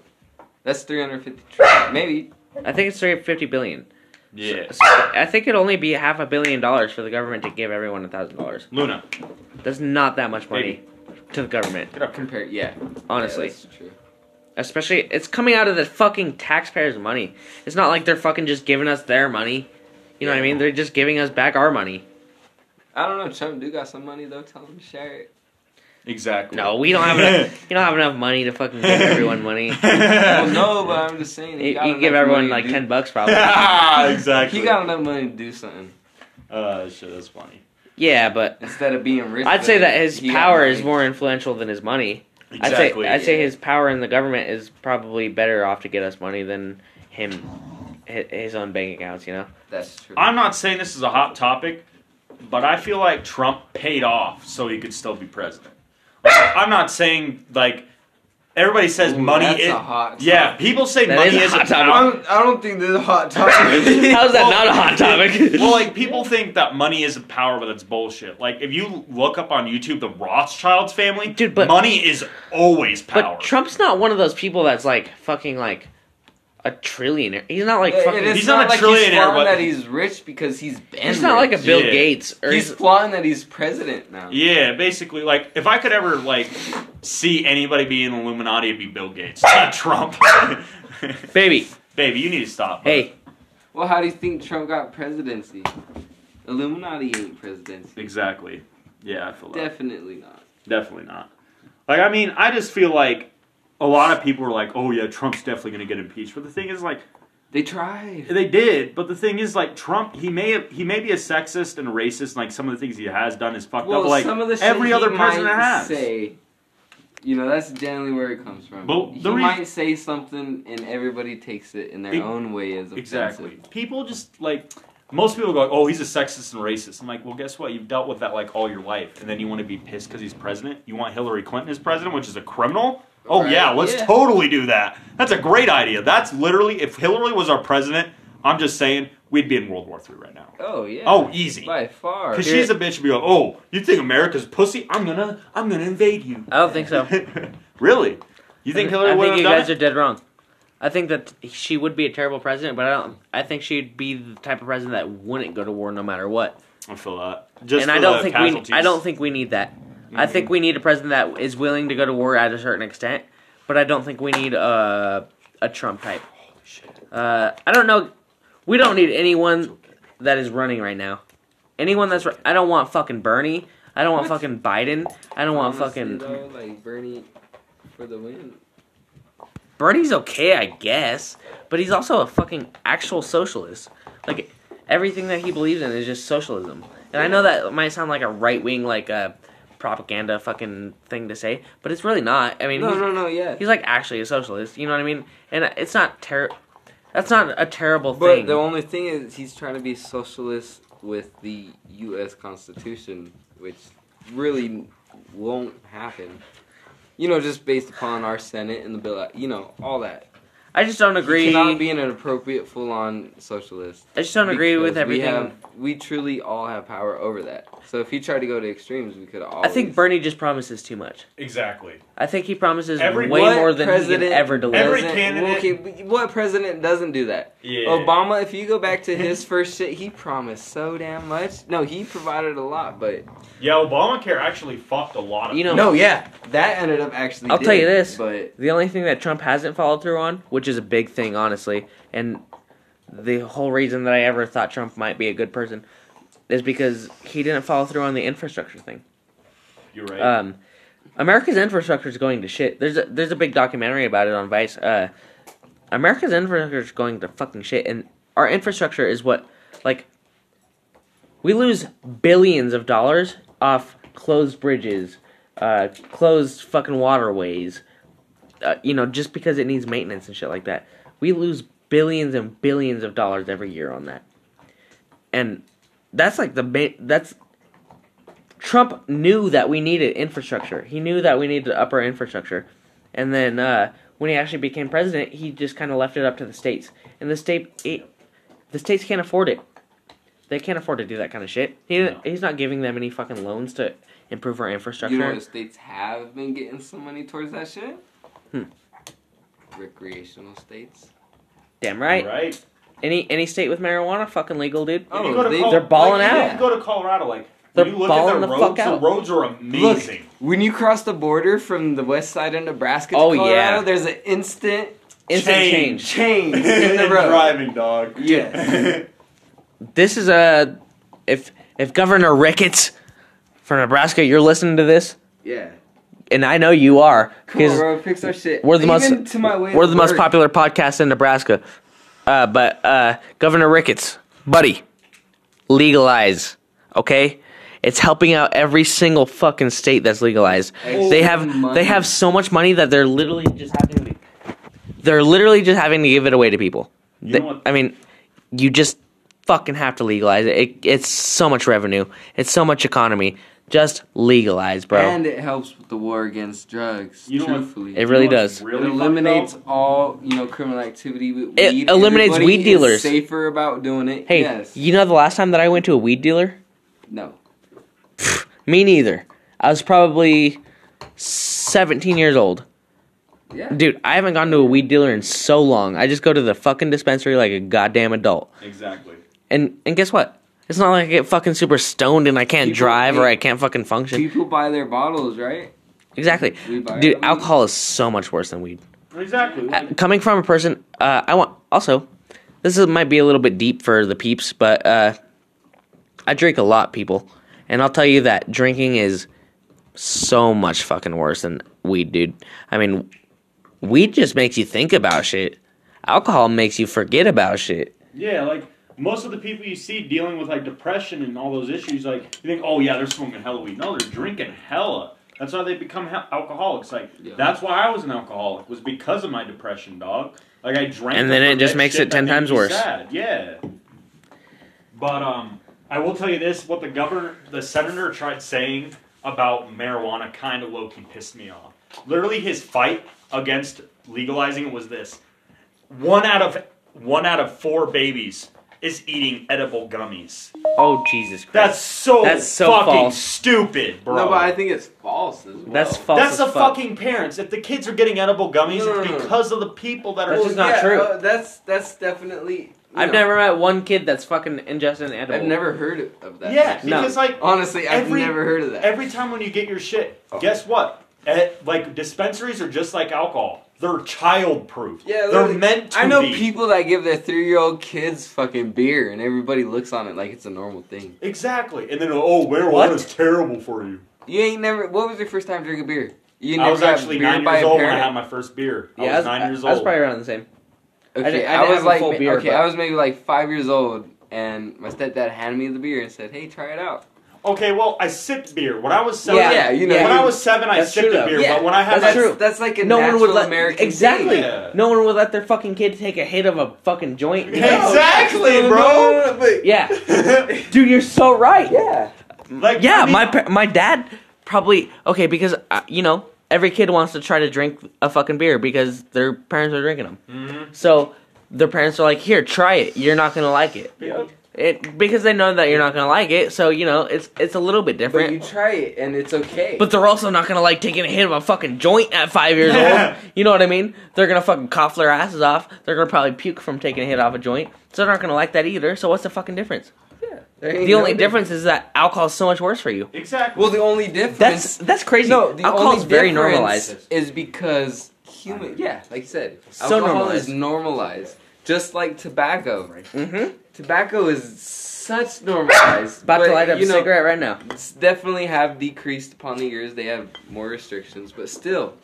Speaker 3: That's 350 trillion, maybe.
Speaker 2: I think it's three hundred fifty billion.
Speaker 4: Yeah.
Speaker 2: So I think it'd only be half a billion dollars for the government to give everyone a thousand dollars.
Speaker 4: Luna,
Speaker 2: That's not that much money to the government,
Speaker 4: get up.
Speaker 3: Compare, yeah.
Speaker 2: honestly.
Speaker 3: yeah, that's true.
Speaker 2: Especially, it's coming out of the fucking taxpayers' money. It's not like they're fucking just giving us their money. You know what I mean? They're just giving us back our money.
Speaker 3: I don't know. Trump do got some money though. Tell him to share it.
Speaker 4: Exactly.
Speaker 2: No, we don't have enough. You don't have enough money to fucking give everyone money. You,
Speaker 3: Well, no, but I'm just saying. He
Speaker 2: you
Speaker 3: got
Speaker 2: can
Speaker 3: enough
Speaker 2: give everyone
Speaker 3: money to
Speaker 2: like
Speaker 3: do-
Speaker 2: ten bucks probably.
Speaker 4: Ah, exactly.
Speaker 3: He got enough money to do something
Speaker 4: Uh, shit, that's funny.
Speaker 2: yeah, but
Speaker 3: instead of being rich.
Speaker 2: I'd say that his
Speaker 3: he got
Speaker 2: power
Speaker 3: money.
Speaker 2: is more influential than his money.
Speaker 4: Exactly.
Speaker 2: I'd say I'd say
Speaker 3: yeah.
Speaker 2: his power in the government is probably better off to get us money than him hi- his own bank accounts. You know?
Speaker 3: That's true.
Speaker 4: I'm not saying this is a hot topic, but I feel like Trump paid off so he could still be president. Like, I'm not saying like everybody says
Speaker 3: Ooh,
Speaker 4: money
Speaker 3: that's
Speaker 4: is
Speaker 3: a hot
Speaker 4: yeah.
Speaker 3: topic.
Speaker 4: People say
Speaker 2: That
Speaker 4: money
Speaker 2: is a
Speaker 4: is a
Speaker 2: hot
Speaker 3: I
Speaker 2: topic.
Speaker 3: don't, I don't think this is a hot topic.
Speaker 2: How's that
Speaker 4: Well,
Speaker 2: not a hot topic?
Speaker 4: well, like people think that money is a power, but that's bullshit. Like if you look up on YouTube the Rothschilds family,
Speaker 2: Dude, but-
Speaker 4: money is always power.
Speaker 2: But Trump's not one of those people that's like fucking like a trillionaire. He's not like fucking.
Speaker 3: It is
Speaker 4: He's not a
Speaker 3: like he's
Speaker 4: trillionaire,
Speaker 3: flaunting
Speaker 4: but-
Speaker 3: that he's rich because he's been.
Speaker 2: He's not like a
Speaker 3: rich.
Speaker 2: Bill
Speaker 4: Yeah.
Speaker 2: Gates or
Speaker 3: He's
Speaker 2: he's,
Speaker 3: flaunting that he's president now.
Speaker 4: yeah, basically, like if I could ever like see anybody be in the Illuminati, it'd be Bill Gates, not Trump.
Speaker 2: baby.
Speaker 4: Baby, you need to stop. bro.
Speaker 2: Hey,
Speaker 3: Well, how do you think Trump got presidency? Illuminati ain't presidency.
Speaker 4: Exactly. Yeah, I feel that.
Speaker 3: Definitely not.
Speaker 4: definitely not. Like, I mean, I just feel like a lot of people are like, "Oh yeah, Trump's definitely going to get impeached." But the thing is, like,
Speaker 3: They tried.
Speaker 4: they did. But the thing is, like, Trump, he may have, he may be a sexist and a racist. And, like, some of the things he has done is fucked
Speaker 3: Well,
Speaker 4: up. Like
Speaker 3: some of the shit
Speaker 4: every
Speaker 3: he
Speaker 4: other president
Speaker 3: might
Speaker 4: has.
Speaker 3: say You know, that's generally where it comes from.
Speaker 4: But
Speaker 3: he
Speaker 4: the reas-
Speaker 3: might say something, and everybody takes it in their
Speaker 4: Ex-
Speaker 3: own way as offensive.
Speaker 4: Exactly. People just like most people go, like, "Oh, he's a sexist and racist." I'm like, "Well, guess what? You've dealt with that like all your life, and then you want to be pissed because he's president. You want Hillary Clinton as president, which is a criminal." Oh
Speaker 3: Right,
Speaker 4: yeah, let's
Speaker 3: yeah.
Speaker 4: totally do that. That's a great idea. That's literally if Hillary was our president, I'm just saying we'd be in World War III right now.
Speaker 3: Oh yeah.
Speaker 4: Oh, easy.
Speaker 3: By far.
Speaker 4: Because she's a bitch and be like, "Oh, you think America's pussy? I'm gonna, I'm gonna invade you."
Speaker 2: I don't think so.
Speaker 4: really? You think Hillary
Speaker 2: I
Speaker 4: would
Speaker 2: think
Speaker 4: have
Speaker 2: you
Speaker 4: done
Speaker 2: guys
Speaker 4: it?
Speaker 2: are dead wrong. I think that she would be a terrible president, but I don't. I think she'd be the type of president that wouldn't go to war no matter what.
Speaker 4: I feel that. Just
Speaker 2: and
Speaker 4: for
Speaker 2: I don't
Speaker 4: the
Speaker 2: think
Speaker 4: casualties. Mm-hmm.
Speaker 2: we. I don't think we need that. I think we need a president that is willing to go to war at a certain extent, but I don't think we need a a Trump type. Uh, I don't know. We don't need anyone that is running right now. Anyone that's. ru- I don't want fucking Bernie. I don't want
Speaker 3: What?
Speaker 2: fucking Biden. I don't want
Speaker 3: Honestly,
Speaker 2: fucking
Speaker 3: though, like Bernie for the win.
Speaker 2: Bernie's okay, I guess, but he's also a fucking actual socialist. Like everything that he believes in is just socialism. And I know that might sound like a right wing, like uh, propaganda fucking thing to say, but it's really not. I mean,
Speaker 3: No,
Speaker 2: he's,
Speaker 3: no, no. Yeah.
Speaker 2: he's like actually a socialist. You know what I mean? And it's not ter. That's not a terrible
Speaker 3: But
Speaker 2: thing.
Speaker 3: the only thing is, he's trying to be socialist with the U.S. Constitution, which really won't happen. You know, just based upon our Senate and the bill, you know, all that.
Speaker 2: I just don't agree.
Speaker 3: He cannot be an appropriate, full-on socialist.
Speaker 2: I just don't agree with
Speaker 3: because
Speaker 2: everything.
Speaker 3: We, have, we truly all have power over that. So if he tried to go to extremes, we could all.
Speaker 2: I think Bernie just promises too much.
Speaker 4: exactly.
Speaker 2: I think he promises
Speaker 4: Every-
Speaker 2: way
Speaker 4: What
Speaker 2: more than he can ever deliver.
Speaker 4: Every
Speaker 3: doesn't-
Speaker 4: candidate-
Speaker 3: Okay, but what president doesn't do that?
Speaker 4: Yeah.
Speaker 3: Obama, if you go back to his first shit, he promised so damn much. No, he provided a lot, but
Speaker 4: Yeah, Obamacare actually fucked a lot of
Speaker 2: You know-
Speaker 4: people.
Speaker 3: no, yeah, that ended up actually.
Speaker 2: I'll tell you
Speaker 3: did,
Speaker 2: this.
Speaker 3: but
Speaker 2: The only thing that Trump hasn't followed through on, which is a big thing, honestly, and the whole reason that I ever thought Trump might be a good person is because he didn't follow through on the infrastructure thing.
Speaker 4: You're right.
Speaker 2: Um, America's infrastructure is going to shit. There's a, there's a big documentary about it on Vice. Uh, America's infrastructure is going to fucking shit, and our infrastructure is what like we lose billions of dollars off closed bridges, uh, closed fucking waterways. Uh, you know, just because it needs maintenance and shit like that, we lose billions and billions of dollars every year on that, and that's like the ba- that's Trump knew that we needed infrastructure. He knew that we needed to up our infrastructure. And then uh, when he actually became president, he just kind of left it up to the states. And the state, it, the states can't afford it. They can't afford to do that kind of shit. He didn't,
Speaker 4: No.
Speaker 2: He's not giving them any fucking loans to improve our infrastructure.
Speaker 3: you know, the states have been getting some money towards that shit.
Speaker 2: Hmm.
Speaker 3: Recreational states.
Speaker 2: Damn
Speaker 4: right.
Speaker 2: right. Any any state with marijuana, fucking legal, dude.
Speaker 3: Oh,
Speaker 4: You go to
Speaker 3: they-
Speaker 4: Col-
Speaker 2: they're balling
Speaker 4: like,
Speaker 2: out.
Speaker 4: You go to Colorado, like
Speaker 2: They're
Speaker 4: when you look
Speaker 2: balling
Speaker 4: at
Speaker 2: the
Speaker 4: the
Speaker 2: fuck
Speaker 4: roads. The
Speaker 2: out.
Speaker 4: roads are amazing.
Speaker 3: Look, when you cross the border from the west side into Nebraska, to
Speaker 2: Oh, yeah.
Speaker 3: Colorado, there's an instant
Speaker 2: Instant
Speaker 4: Change.
Speaker 2: change.
Speaker 3: change in the road.
Speaker 4: driving dog.
Speaker 3: Yes.
Speaker 2: This is a if if Governor Ricketts from Nebraska, you're listening to this,
Speaker 3: Yeah.
Speaker 2: and I know you are because.
Speaker 3: Cool, bro. Fix our shit.
Speaker 2: We're the
Speaker 3: Even
Speaker 2: most
Speaker 3: to my way
Speaker 2: we're
Speaker 3: to
Speaker 2: the most
Speaker 3: work.
Speaker 2: popular podcast in Nebraska. Uh, but uh, Governor Ricketts, buddy, legalize, okay? It's helping out every single fucking state that's legalized.
Speaker 3: Oh,
Speaker 2: they have
Speaker 3: money.
Speaker 2: they have so much money that they're literally just having to, they're literally just having to give it away to people.
Speaker 4: You
Speaker 2: They-
Speaker 4: know what-
Speaker 2: I mean, you just fucking have to legalize it. it. It's so much revenue. It's so much economy. Just legalize, bro.
Speaker 3: And it helps with the war against drugs.
Speaker 4: You know what-
Speaker 3: truthfully,
Speaker 2: It really
Speaker 4: You know
Speaker 2: does.
Speaker 4: what's
Speaker 3: It
Speaker 4: Really
Speaker 3: eliminates
Speaker 4: fucked up?
Speaker 3: all you know criminal activity. With
Speaker 2: It
Speaker 3: weed.
Speaker 2: eliminates
Speaker 3: Everybody
Speaker 2: weed
Speaker 3: is
Speaker 2: dealers.
Speaker 3: safer about doing it.
Speaker 2: hey,
Speaker 3: yes.
Speaker 2: you know the last time that I went to a weed dealer?
Speaker 3: no.
Speaker 2: Me neither. I was probably 17 years old.
Speaker 3: Yeah.
Speaker 2: Dude, I haven't gone to a weed dealer in so long. I just go to the fucking dispensary like a goddamn adult.
Speaker 4: Exactly.
Speaker 2: And and guess what? It's not like I get fucking super stoned and I can't
Speaker 3: People-
Speaker 2: drive or I can't fucking function.
Speaker 3: People buy their bottles, right?
Speaker 2: Exactly.
Speaker 3: We buy
Speaker 2: Dude,
Speaker 3: our
Speaker 2: alcohol is so much worse than weed.
Speaker 4: Exactly.
Speaker 2: Uh, Coming from a person, uh, I want also, this is, might be a little bit deep for the peeps, but uh, I drink a lot, people, and I'll tell you that drinking is so much fucking worse than weed, dude. I mean, weed just makes you think about shit. Alcohol makes you forget about shit.
Speaker 4: Yeah, like most of the people you see dealing with like depression and all those issues, like you think, oh yeah, they're smoking hella weed. No, they're drinking hella. That's how they become ha- alcoholics. Like
Speaker 3: Yeah.
Speaker 4: that's why I was an alcoholic was because of my depression, dog. Like I drank,
Speaker 2: And then
Speaker 4: up
Speaker 2: it
Speaker 4: on
Speaker 2: just
Speaker 4: that
Speaker 2: makes
Speaker 4: shit
Speaker 2: it
Speaker 4: that
Speaker 2: 10
Speaker 4: made
Speaker 2: times
Speaker 4: me
Speaker 2: worse.
Speaker 4: sad, Yeah. But um, I will tell you this: what the governor, the senator, tried saying about marijuana kind of low key pissed me off. Literally, his fight against legalizing it was this: one out of one out of four babies is eating edible gummies.
Speaker 2: Oh Jesus Christ.
Speaker 4: That's so
Speaker 2: That's so
Speaker 4: fucking
Speaker 2: false.
Speaker 4: stupid, bro.
Speaker 3: No, but I think it's false as well.
Speaker 2: That's false.
Speaker 4: That's
Speaker 2: as
Speaker 4: the
Speaker 2: fuck.
Speaker 4: fucking parents. If the kids are getting edible gummies,
Speaker 3: No, no, no, no.
Speaker 4: it's because of the people that are.
Speaker 2: That's just not
Speaker 3: yeah,
Speaker 2: true.
Speaker 3: uh, that's that's definitely.
Speaker 2: I've
Speaker 3: no.
Speaker 2: never met one kid that's fucking ingested an edible.
Speaker 3: I've never heard of that.
Speaker 4: yeah,
Speaker 2: No.
Speaker 4: because like
Speaker 3: Honestly, I've
Speaker 4: Every-
Speaker 3: never heard of that.
Speaker 4: every time when you get your shit,
Speaker 3: Oh.
Speaker 4: guess what? Eh, like dispensaries are just like alcohol. They're child proof.
Speaker 3: Yeah,
Speaker 4: they're
Speaker 3: literally.
Speaker 4: meant to
Speaker 3: I know
Speaker 4: be.
Speaker 3: people that give their three-year-old kids fucking beer, and everybody looks on it like it's a normal thing.
Speaker 4: Exactly, and then oh,
Speaker 2: What?
Speaker 4: marijuana is terrible for you.
Speaker 3: You ain't never. What was your first time drinking beer? You
Speaker 4: I was
Speaker 3: got
Speaker 4: actually nine years old when I had my first beer.
Speaker 2: Yeah,
Speaker 4: I was
Speaker 2: I was,
Speaker 4: nine years
Speaker 2: I was
Speaker 4: old.
Speaker 2: probably around the same.
Speaker 3: Okay,
Speaker 2: I
Speaker 3: I,
Speaker 2: didn't- I didn't
Speaker 3: was
Speaker 2: have a
Speaker 3: like,
Speaker 2: full beer,
Speaker 3: okay,
Speaker 2: but-
Speaker 3: I was maybe like five years old, and my stepdad handed me the beer and said, "Hey, try it out."
Speaker 4: okay, well, I sipped beer when I was seven.
Speaker 2: Yeah,
Speaker 3: yeah, you know,
Speaker 4: when
Speaker 3: you-
Speaker 4: I was seven, I
Speaker 2: That's
Speaker 4: sipped
Speaker 2: true,
Speaker 4: a
Speaker 2: though.
Speaker 4: beer,
Speaker 3: Yeah,
Speaker 4: but when I had
Speaker 2: that's
Speaker 4: my
Speaker 2: true.
Speaker 3: That's like a
Speaker 2: no one
Speaker 3: natural
Speaker 2: would let
Speaker 3: American thing.
Speaker 2: exactly.
Speaker 4: Yeah.
Speaker 2: No one would let their fucking kid take a hit of a fucking joint. you know?
Speaker 4: Exactly,
Speaker 3: No, no, no, no,
Speaker 4: bro.
Speaker 3: but-
Speaker 2: Yeah, dude, you're so right.
Speaker 3: Yeah.
Speaker 4: Like,
Speaker 2: Yeah,
Speaker 4: I mean,
Speaker 2: my pa- my dad probably okay because uh, you know every kid wants to try to drink a fucking beer because their parents are drinking them.
Speaker 4: Mm-hmm.
Speaker 2: So their parents are like, "Here, try it. You're not gonna like it."
Speaker 4: Yeah.
Speaker 2: It because they know that you're not gonna like it. So you know it's it's a little bit
Speaker 3: But you
Speaker 2: different.
Speaker 3: try it, and it's okay.
Speaker 2: But they're also not gonna like taking a hit of a fucking joint at five years
Speaker 4: Yeah.
Speaker 2: old. You know what I mean? They're gonna fucking cough their asses off. They're gonna probably puke from taking a hit off a joint. So they're not gonna like that either. So what's the fucking difference?
Speaker 3: There ain't
Speaker 2: The
Speaker 3: no
Speaker 2: only difference is that alcohol's so much worse for you.
Speaker 4: Exactly.
Speaker 3: Well, the only difference.
Speaker 2: That's that's crazy.
Speaker 3: No, the
Speaker 2: Alcohol's
Speaker 3: only
Speaker 2: very
Speaker 3: difference
Speaker 2: normalized.
Speaker 3: Is because human, yeah, like you said,
Speaker 2: So
Speaker 3: alcohol
Speaker 2: normalized.
Speaker 3: is normalized, just like tobacco.
Speaker 2: Mm-hmm.
Speaker 3: Tobacco is such normalized.
Speaker 2: About
Speaker 3: but,
Speaker 2: to light up
Speaker 3: you
Speaker 2: a
Speaker 3: know,
Speaker 2: cigarette right now.
Speaker 3: it's Definitely have decreased upon the years. They have more restrictions, but still,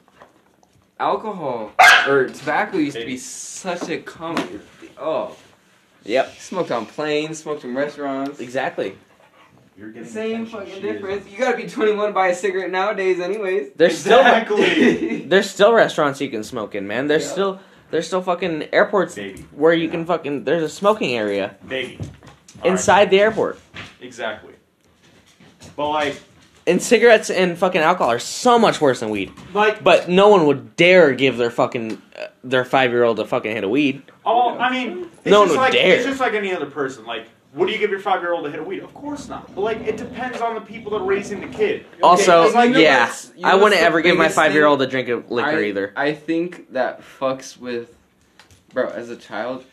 Speaker 3: alcohol or tobacco used to be such a common. Oh,
Speaker 2: Yep.
Speaker 3: smoked on planes, smoked in restaurants.
Speaker 2: Exactly.
Speaker 4: You're getting
Speaker 3: Same
Speaker 4: attention,
Speaker 3: fucking
Speaker 4: shit.
Speaker 3: difference. You gotta be 21 to buy a cigarette nowadays, anyways.
Speaker 2: There's still
Speaker 4: Exactly.
Speaker 2: there's still restaurants you can smoke in, man. There's
Speaker 3: Yeah.
Speaker 2: still there's still fucking airports
Speaker 4: Baby.
Speaker 2: where you can fucking there's a smoking area
Speaker 4: Baby.
Speaker 2: inside the airport.
Speaker 4: Alright, Exactly. But like,
Speaker 2: And cigarettes and fucking alcohol are so much worse than weed.
Speaker 4: like,
Speaker 2: But no one would dare give their fucking uh, their five year old a fucking hit of weed.
Speaker 4: all oh, I mean, it's
Speaker 2: No one
Speaker 4: just
Speaker 2: would
Speaker 4: like
Speaker 2: dare.
Speaker 4: it's just like any other person. Like, what do you give your five year old to hit a weed? Of course not. But like, it depends on the people that are raising the kid.
Speaker 2: also,
Speaker 3: because, like, you know
Speaker 2: yeah,
Speaker 3: what's- you know
Speaker 2: I
Speaker 3: what's
Speaker 2: wouldn't
Speaker 3: the
Speaker 2: ever give my
Speaker 3: biggest thing?
Speaker 2: five year old a drink of liquor
Speaker 3: I,
Speaker 2: either.
Speaker 3: I think that fucks with, bro. As a child,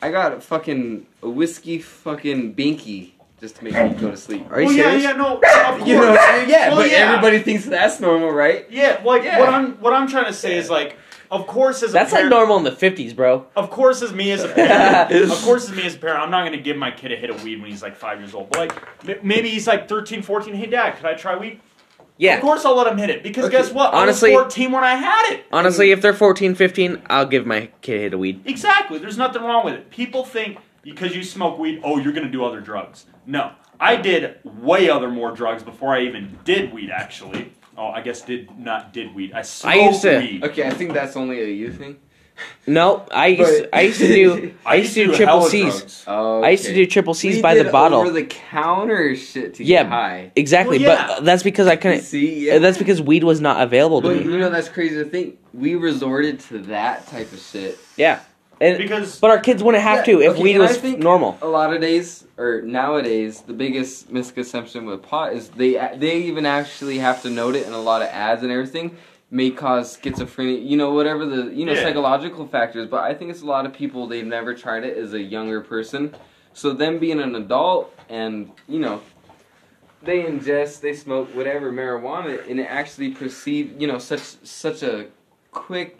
Speaker 3: I got a fucking a whiskey fucking binky just to make me go to sleep.
Speaker 2: Are you
Speaker 4: well,
Speaker 2: serious?
Speaker 4: yeah, yeah, no, of course.
Speaker 3: You know, yeah,
Speaker 4: Well,
Speaker 3: but
Speaker 4: yeah.
Speaker 3: everybody thinks that's normal, right?
Speaker 4: Yeah, like
Speaker 3: Yeah.
Speaker 4: what I'm what I'm trying to say is like, of course, as a
Speaker 2: That's like
Speaker 4: parent-
Speaker 2: normal in the fifties, bro.
Speaker 4: Of course, as me as a parent, of course, as me as a parent, I'm not going to give my kid a hit of weed when he's like five years old. But like, m- maybe he's like 13, 14. Hey, dad, could I try weed?
Speaker 2: Yeah.
Speaker 4: Of course, I'll let him hit it because
Speaker 3: Okay.
Speaker 4: guess what?
Speaker 2: Honestly-
Speaker 4: I was 14 when I had it.
Speaker 2: Honestly, if they're 14, 15, I'll give my kid a hit of weed.
Speaker 4: Exactly. There's nothing wrong with it. People think because you smoke weed, oh, you're going to do other drugs. No, I did way other more drugs before I even did weed. Actually, oh, I guess did not did weed. I smoked
Speaker 2: used to-
Speaker 4: weed.
Speaker 3: Okay, I think that's only a you thing.
Speaker 2: No, I used
Speaker 3: But-
Speaker 2: to, I used to do I used to do triple
Speaker 4: hella
Speaker 2: C's.
Speaker 4: drugs.
Speaker 3: Oh,
Speaker 2: I used to do triple C's by the bottle.
Speaker 3: over the counter shit to
Speaker 2: Yeah.
Speaker 3: get high.
Speaker 2: exactly,
Speaker 4: Well, yeah.
Speaker 2: but that's because I
Speaker 3: You
Speaker 2: couldn't. uh,
Speaker 3: see, yeah,
Speaker 2: That's because weed was not available to
Speaker 3: But
Speaker 2: me.
Speaker 3: you know that's crazy to think we resorted to that type of shit
Speaker 2: Yeah, and,
Speaker 4: Because
Speaker 2: but our kids wouldn't have
Speaker 3: Yeah,
Speaker 2: to if
Speaker 3: okay,
Speaker 2: weed
Speaker 3: and I
Speaker 2: was
Speaker 3: think-
Speaker 2: normal.
Speaker 3: a lot of days or nowadays the biggest misconception with pot is they they even actually have to note it in a lot of ads and everything may cause schizophrenia you know whatever the you know
Speaker 4: Yeah.
Speaker 3: psychological factors but i think it's a lot of people they've never tried it as a younger person so them being an adult and you know they ingest they smoke whatever marijuana and it actually perceive you know such such a quick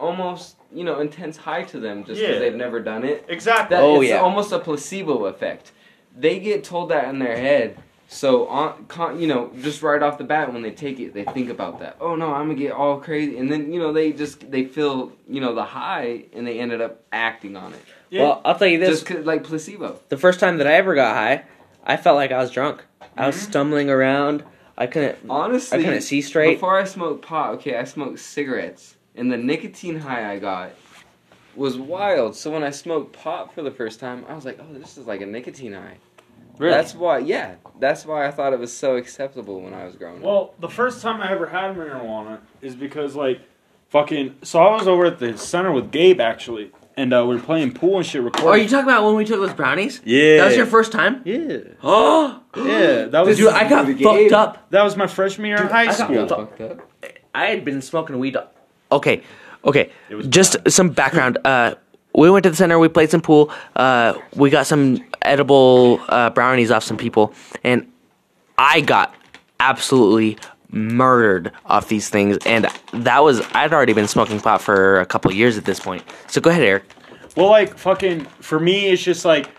Speaker 3: almost you know intense high to them just because
Speaker 4: Yeah.
Speaker 3: they've never done it
Speaker 4: exactly.
Speaker 3: that
Speaker 2: Oh,
Speaker 3: it's
Speaker 2: yeah.
Speaker 3: almost a placebo effect. They get told that in their head. So on, con, you know, just right off the bat when they take it, they think about that. Oh no, I'm gonna get all crazy, and then you know they just they feel you know the high, and they ended up acting on it.
Speaker 4: Yeah.
Speaker 2: Well, I'll tell you this:
Speaker 3: Just 'cause- like placebo.
Speaker 4: Mm-hmm.
Speaker 2: the first time that I ever got high, I felt like I was drunk. I was stumbling around. I couldn't.
Speaker 3: Honestly,
Speaker 2: I couldn't see straight.
Speaker 3: Before I smoked pot, okay, I smoked cigarettes, and the nicotine high I got was wild. So when I smoked pot for the first time, I was like, "Oh, this is like a nicotine high."
Speaker 2: Really?
Speaker 3: That's why, yeah. That's why I thought it was so acceptable when I was growing up.
Speaker 4: Well, the first time I ever had marijuana is because like fucking so I was over at the center with Gabe actually and uh, we were playing pool and shit recording.
Speaker 2: Oh, Are you talking about when we took those brownies?
Speaker 4: yeah.
Speaker 2: That was your first time?
Speaker 4: Yeah.
Speaker 2: Oh,
Speaker 4: Yeah. That was
Speaker 2: dude, I got
Speaker 3: Dude,
Speaker 2: fucked
Speaker 3: Gabe.
Speaker 2: up.
Speaker 4: that was my freshman year in
Speaker 2: Dude, I
Speaker 4: high
Speaker 2: got
Speaker 4: school.
Speaker 2: fucked up. I had been smoking weed. Okay, okay.
Speaker 4: It was
Speaker 2: Just some background. Uh, we went to the center. We played some pool. Uh, we got some edible uh, brownies off some people, and I got absolutely murdered off these things. And that was I'd already been smoking pot for a couple years at this point. So go ahead, Eric.
Speaker 4: Well, like fucking for me, it's just like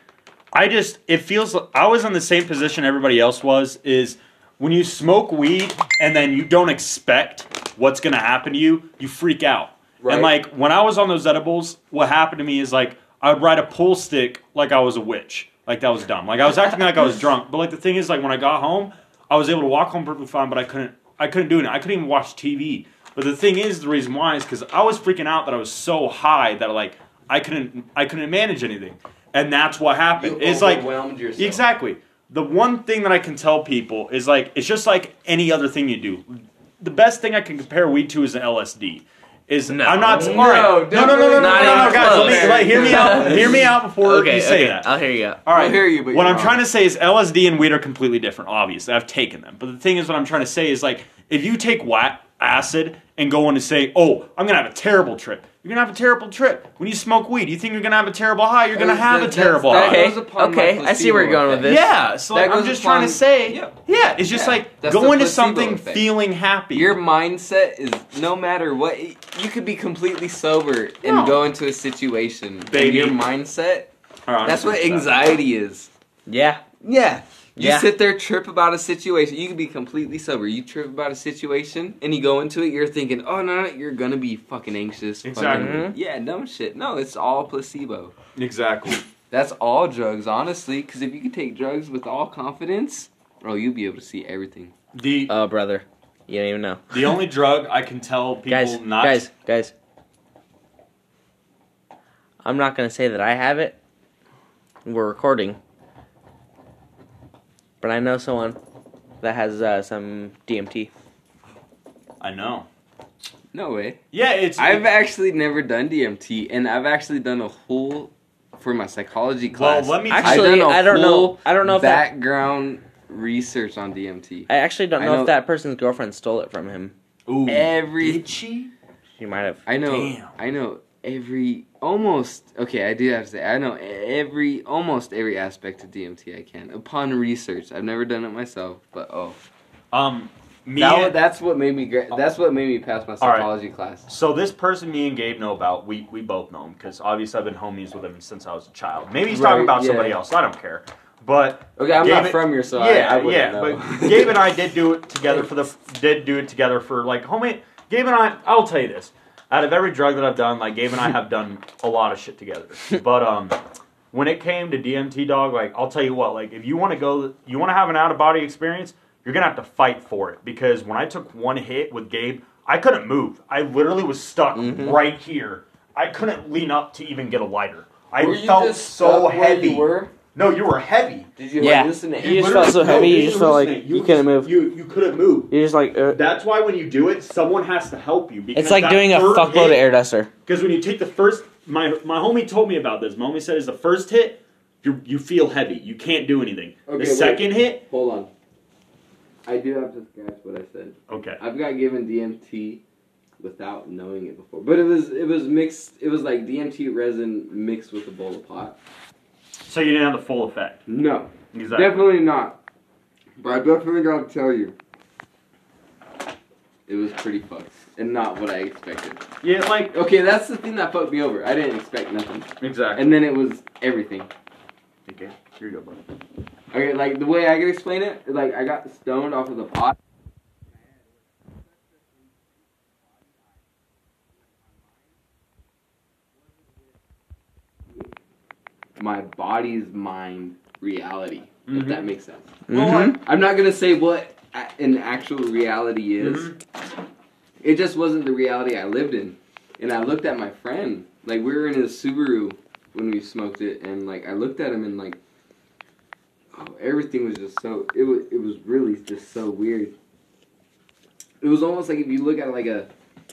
Speaker 4: I just it feels like I was in the same position everybody else was. Is when you smoke weed and then you don't expect what's gonna happen to you, you freak out.
Speaker 3: Right.
Speaker 4: And like when I was on those edibles, what happened to me is like I would ride a pool stick like I was a witch. Like that was dumb. Like I was acting like I was drunk. But like the thing is, like when I got home, I was able to walk home perfectly fine, but I couldn't. I couldn't do it. I couldn't even watch TV. But the thing is, the reason why is because I was freaking out that I was so high that like I couldn't. I couldn't manage anything, and that's what happened.
Speaker 3: You
Speaker 4: it's like
Speaker 3: overwhelmed yourself.
Speaker 4: exactly. The one thing that I can tell people is like it's just like any other thing you do. The best thing I can compare weed to is an LSD. Is
Speaker 2: No.
Speaker 4: I'm not.
Speaker 3: No,
Speaker 4: all right. no, no, no, no, no, no, no,
Speaker 2: Not even
Speaker 4: guys. Let me,
Speaker 2: close.
Speaker 4: like, hear me out. Hear me out before you say that.
Speaker 2: I'll hear Oh, you. out.
Speaker 4: All right.
Speaker 3: We'll hear you, but
Speaker 4: what
Speaker 3: you're
Speaker 4: I'm
Speaker 3: wrong.
Speaker 4: trying to say is LSD and weed are completely different. Obviously, I've taken them, but the thing is, what I'm trying to say is like if you take wa- acid and go in and say, "Oh, I'm gonna have a terrible trip," you're gonna have a terrible trip. When you smoke weed, you think you're gonna have a terrible high. You're gonna
Speaker 3: That-
Speaker 4: have a
Speaker 3: that-
Speaker 4: terrible
Speaker 3: that-
Speaker 4: high.
Speaker 2: Okay,
Speaker 3: goes upon my
Speaker 2: okay, I see where you're
Speaker 3: placebo
Speaker 2: going with
Speaker 3: effect.
Speaker 2: this.
Speaker 4: Yeah, so
Speaker 3: That
Speaker 4: like, I'm
Speaker 3: goes
Speaker 4: just
Speaker 3: upon-
Speaker 4: trying to say,
Speaker 3: yeah.
Speaker 4: yeah, it's just
Speaker 3: Yeah,
Speaker 4: like
Speaker 3: that's the
Speaker 4: going to
Speaker 3: placebo
Speaker 4: something
Speaker 3: effect.
Speaker 4: feeling happy.
Speaker 3: Your mindset is no matter what you could be completely sober and
Speaker 4: No.
Speaker 3: go into a situation. And
Speaker 4: Baby.
Speaker 3: your mindset
Speaker 4: All right, I'm
Speaker 3: that's
Speaker 4: gonna
Speaker 3: what
Speaker 4: do that.
Speaker 3: anxiety is.
Speaker 2: Yeah.
Speaker 3: Yeah. You
Speaker 2: Yeah.
Speaker 3: sit there trip about a situation. You could be completely sober. You trip about a situation and you go into it, you're thinking, Oh no, no you're gonna be fucking anxious. fucking-
Speaker 2: Mm-hmm.
Speaker 4: Exactly.
Speaker 3: yeah, dumb shit. No, it's all placebo.
Speaker 4: Exactly.
Speaker 3: That's all drugs, honestly, because if you could take drugs with all confidence, bro, you'd be able to see everything. Uh.
Speaker 4: The
Speaker 2: Oh, brother, you don't even know.
Speaker 4: the only drug I can tell people
Speaker 2: guys,
Speaker 4: not
Speaker 2: guys, guys. I'm not gonna say that I have it. We're recording, but I know someone that has uh, some DMT.
Speaker 4: I know.
Speaker 3: No way.
Speaker 4: Yeah, it's
Speaker 3: I've actually never done DMT, and I've actually done a whole for my psychology class.
Speaker 4: let me-
Speaker 3: I've
Speaker 2: Actually,
Speaker 3: done a
Speaker 2: I don't know-
Speaker 3: full
Speaker 2: I don't know if that-
Speaker 3: background research on DMT.
Speaker 2: I actually don't
Speaker 3: I
Speaker 2: know,
Speaker 3: know-
Speaker 2: if that person's girlfriend stole it from him.
Speaker 4: Ooh,
Speaker 3: Every-
Speaker 4: did she?
Speaker 2: She might have.
Speaker 3: I know.
Speaker 4: Damn.
Speaker 3: I know every almost. Okay, I do have to say I know every almost every aspect of DMT I can upon research. I've never done it myself, but oh,
Speaker 4: Um, me.
Speaker 3: that, wa-
Speaker 4: and-
Speaker 3: that's what made me. Gra- that's what made me pass my
Speaker 4: right.
Speaker 3: psychology class.
Speaker 4: so this person me and Gabe know about, we we both know him because obviously I've been homies with him since I was a child. Maybe he's talking
Speaker 3: Right,
Speaker 4: about somebody
Speaker 3: yeah.
Speaker 4: else. I don't care. But
Speaker 3: Okay, I'm
Speaker 4: Gabe
Speaker 3: not
Speaker 4: and-
Speaker 3: from your so
Speaker 4: yeah,
Speaker 3: I, I wouldn't
Speaker 4: yeah.
Speaker 3: know.
Speaker 4: But Gabe and I did do it together for the did do it together for like homie. Gabe and I, I'll tell you this: out of every drug that I've done, like Gabe and I have done a lot of shit together. But um, when it came to DMT, dog, like I'll tell you what, like if you want to go, you want to have an out of body experience, you're gonna have to fight for it because when I took one hit with Gabe, I couldn't move. I literally was stuck
Speaker 3: Mm-hmm.
Speaker 4: right here. I couldn't lean up to even get a lighter. I
Speaker 3: Were you
Speaker 4: felt
Speaker 3: just
Speaker 4: so
Speaker 3: stuck where you
Speaker 4: heavy.
Speaker 3: were?
Speaker 4: No, you were heavy.
Speaker 3: Did you
Speaker 2: Yeah.
Speaker 3: hallucinate?
Speaker 2: You just
Speaker 4: literally-
Speaker 2: felt so heavy, you just felt like
Speaker 4: hallucinate.
Speaker 2: you couldn't
Speaker 4: just-
Speaker 2: move.
Speaker 4: You you couldn't move.
Speaker 2: You're just like. Uh,
Speaker 4: That's why when you do it, someone has to help you. Because
Speaker 2: it's like
Speaker 4: that
Speaker 2: doing a
Speaker 4: third
Speaker 2: fuckload of
Speaker 4: hit-
Speaker 2: air duster.
Speaker 4: Because when you take the first, my my homie told me about this. My homie said is the first hit, you you feel heavy, you can't do anything.
Speaker 3: Okay,
Speaker 4: the second hit,
Speaker 3: Hold on. I do have to scratch what I said.
Speaker 4: okay.
Speaker 3: I've got given DMT without knowing it before, but it was it was mixed. It was like DMT resin mixed with a bowl of pot.
Speaker 4: So you didn't have the full effect.
Speaker 3: No,
Speaker 4: Exactly.
Speaker 3: definitely not. But I definitely gotta tell you, it was pretty fucked and not what I expected.
Speaker 4: Yeah, like
Speaker 3: Okay, that's the thing that fucked me over. I didn't expect nothing,
Speaker 4: exactly.
Speaker 3: and then it was everything.
Speaker 4: okay, here you go, buddy.
Speaker 3: Okay, like the way I can explain it, is, like I got stoned off of the pot. My body's mind reality, if
Speaker 4: Mhm.
Speaker 3: that makes sense.
Speaker 2: Mhm.
Speaker 3: I'm not gonna say what a- an actual reality is. It just wasn't the reality I lived in. And I looked at my friend. Like, we were in his Subaru when we smoked it, and, like, I looked at him and, like, oh, everything was just so. It was, it was really just so weird. It was almost like if you look at, like, a.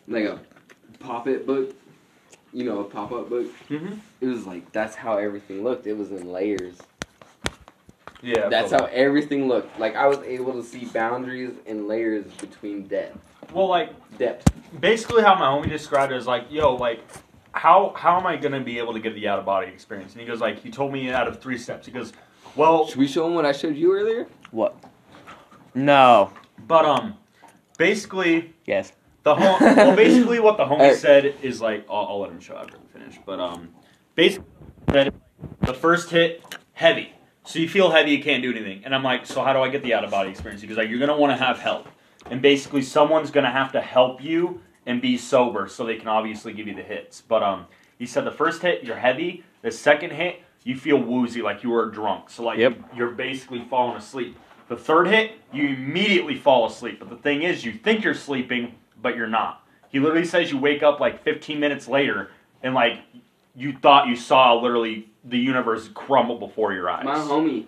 Speaker 3: Like a pop-it book, you know, a pop-up book.
Speaker 4: Mm-hmm.
Speaker 3: It was like that's how everything looked. It was in layers.
Speaker 4: Yeah.
Speaker 3: That's how everything looked. Like I was able to see boundaries and layers between depth.
Speaker 4: Well, like
Speaker 3: Depth.
Speaker 4: basically how my homie described it is like, yo, like, how how am I gonna be able to get the out of body experience? And he goes like, he told me out of three steps. He goes, well,
Speaker 3: Should we show them what I showed you earlier?
Speaker 2: What? No.
Speaker 4: but um, basically
Speaker 2: Yes.
Speaker 4: the home. well, basically what the homie
Speaker 3: Hey.
Speaker 4: said is like, I'll, I'll let him show after we finish. But um, basically said the first hit heavy, so you feel heavy, you can't do anything. And I'm like, so how do I get the out of body experience? He goes like, you're gonna want to have help, and basically someone's gonna have to help you and be sober so they can obviously give you the hits. But um, he said the first hit you're heavy, the second hit you feel woozy like you were drunk, so like
Speaker 2: Yep.
Speaker 4: you're basically falling asleep. The third hit you immediately fall asleep, but the thing is you think you're sleeping but you're not. He literally says you wake up like 15 minutes later and like you thought you saw literally the universe crumble before your eyes.
Speaker 3: My homie,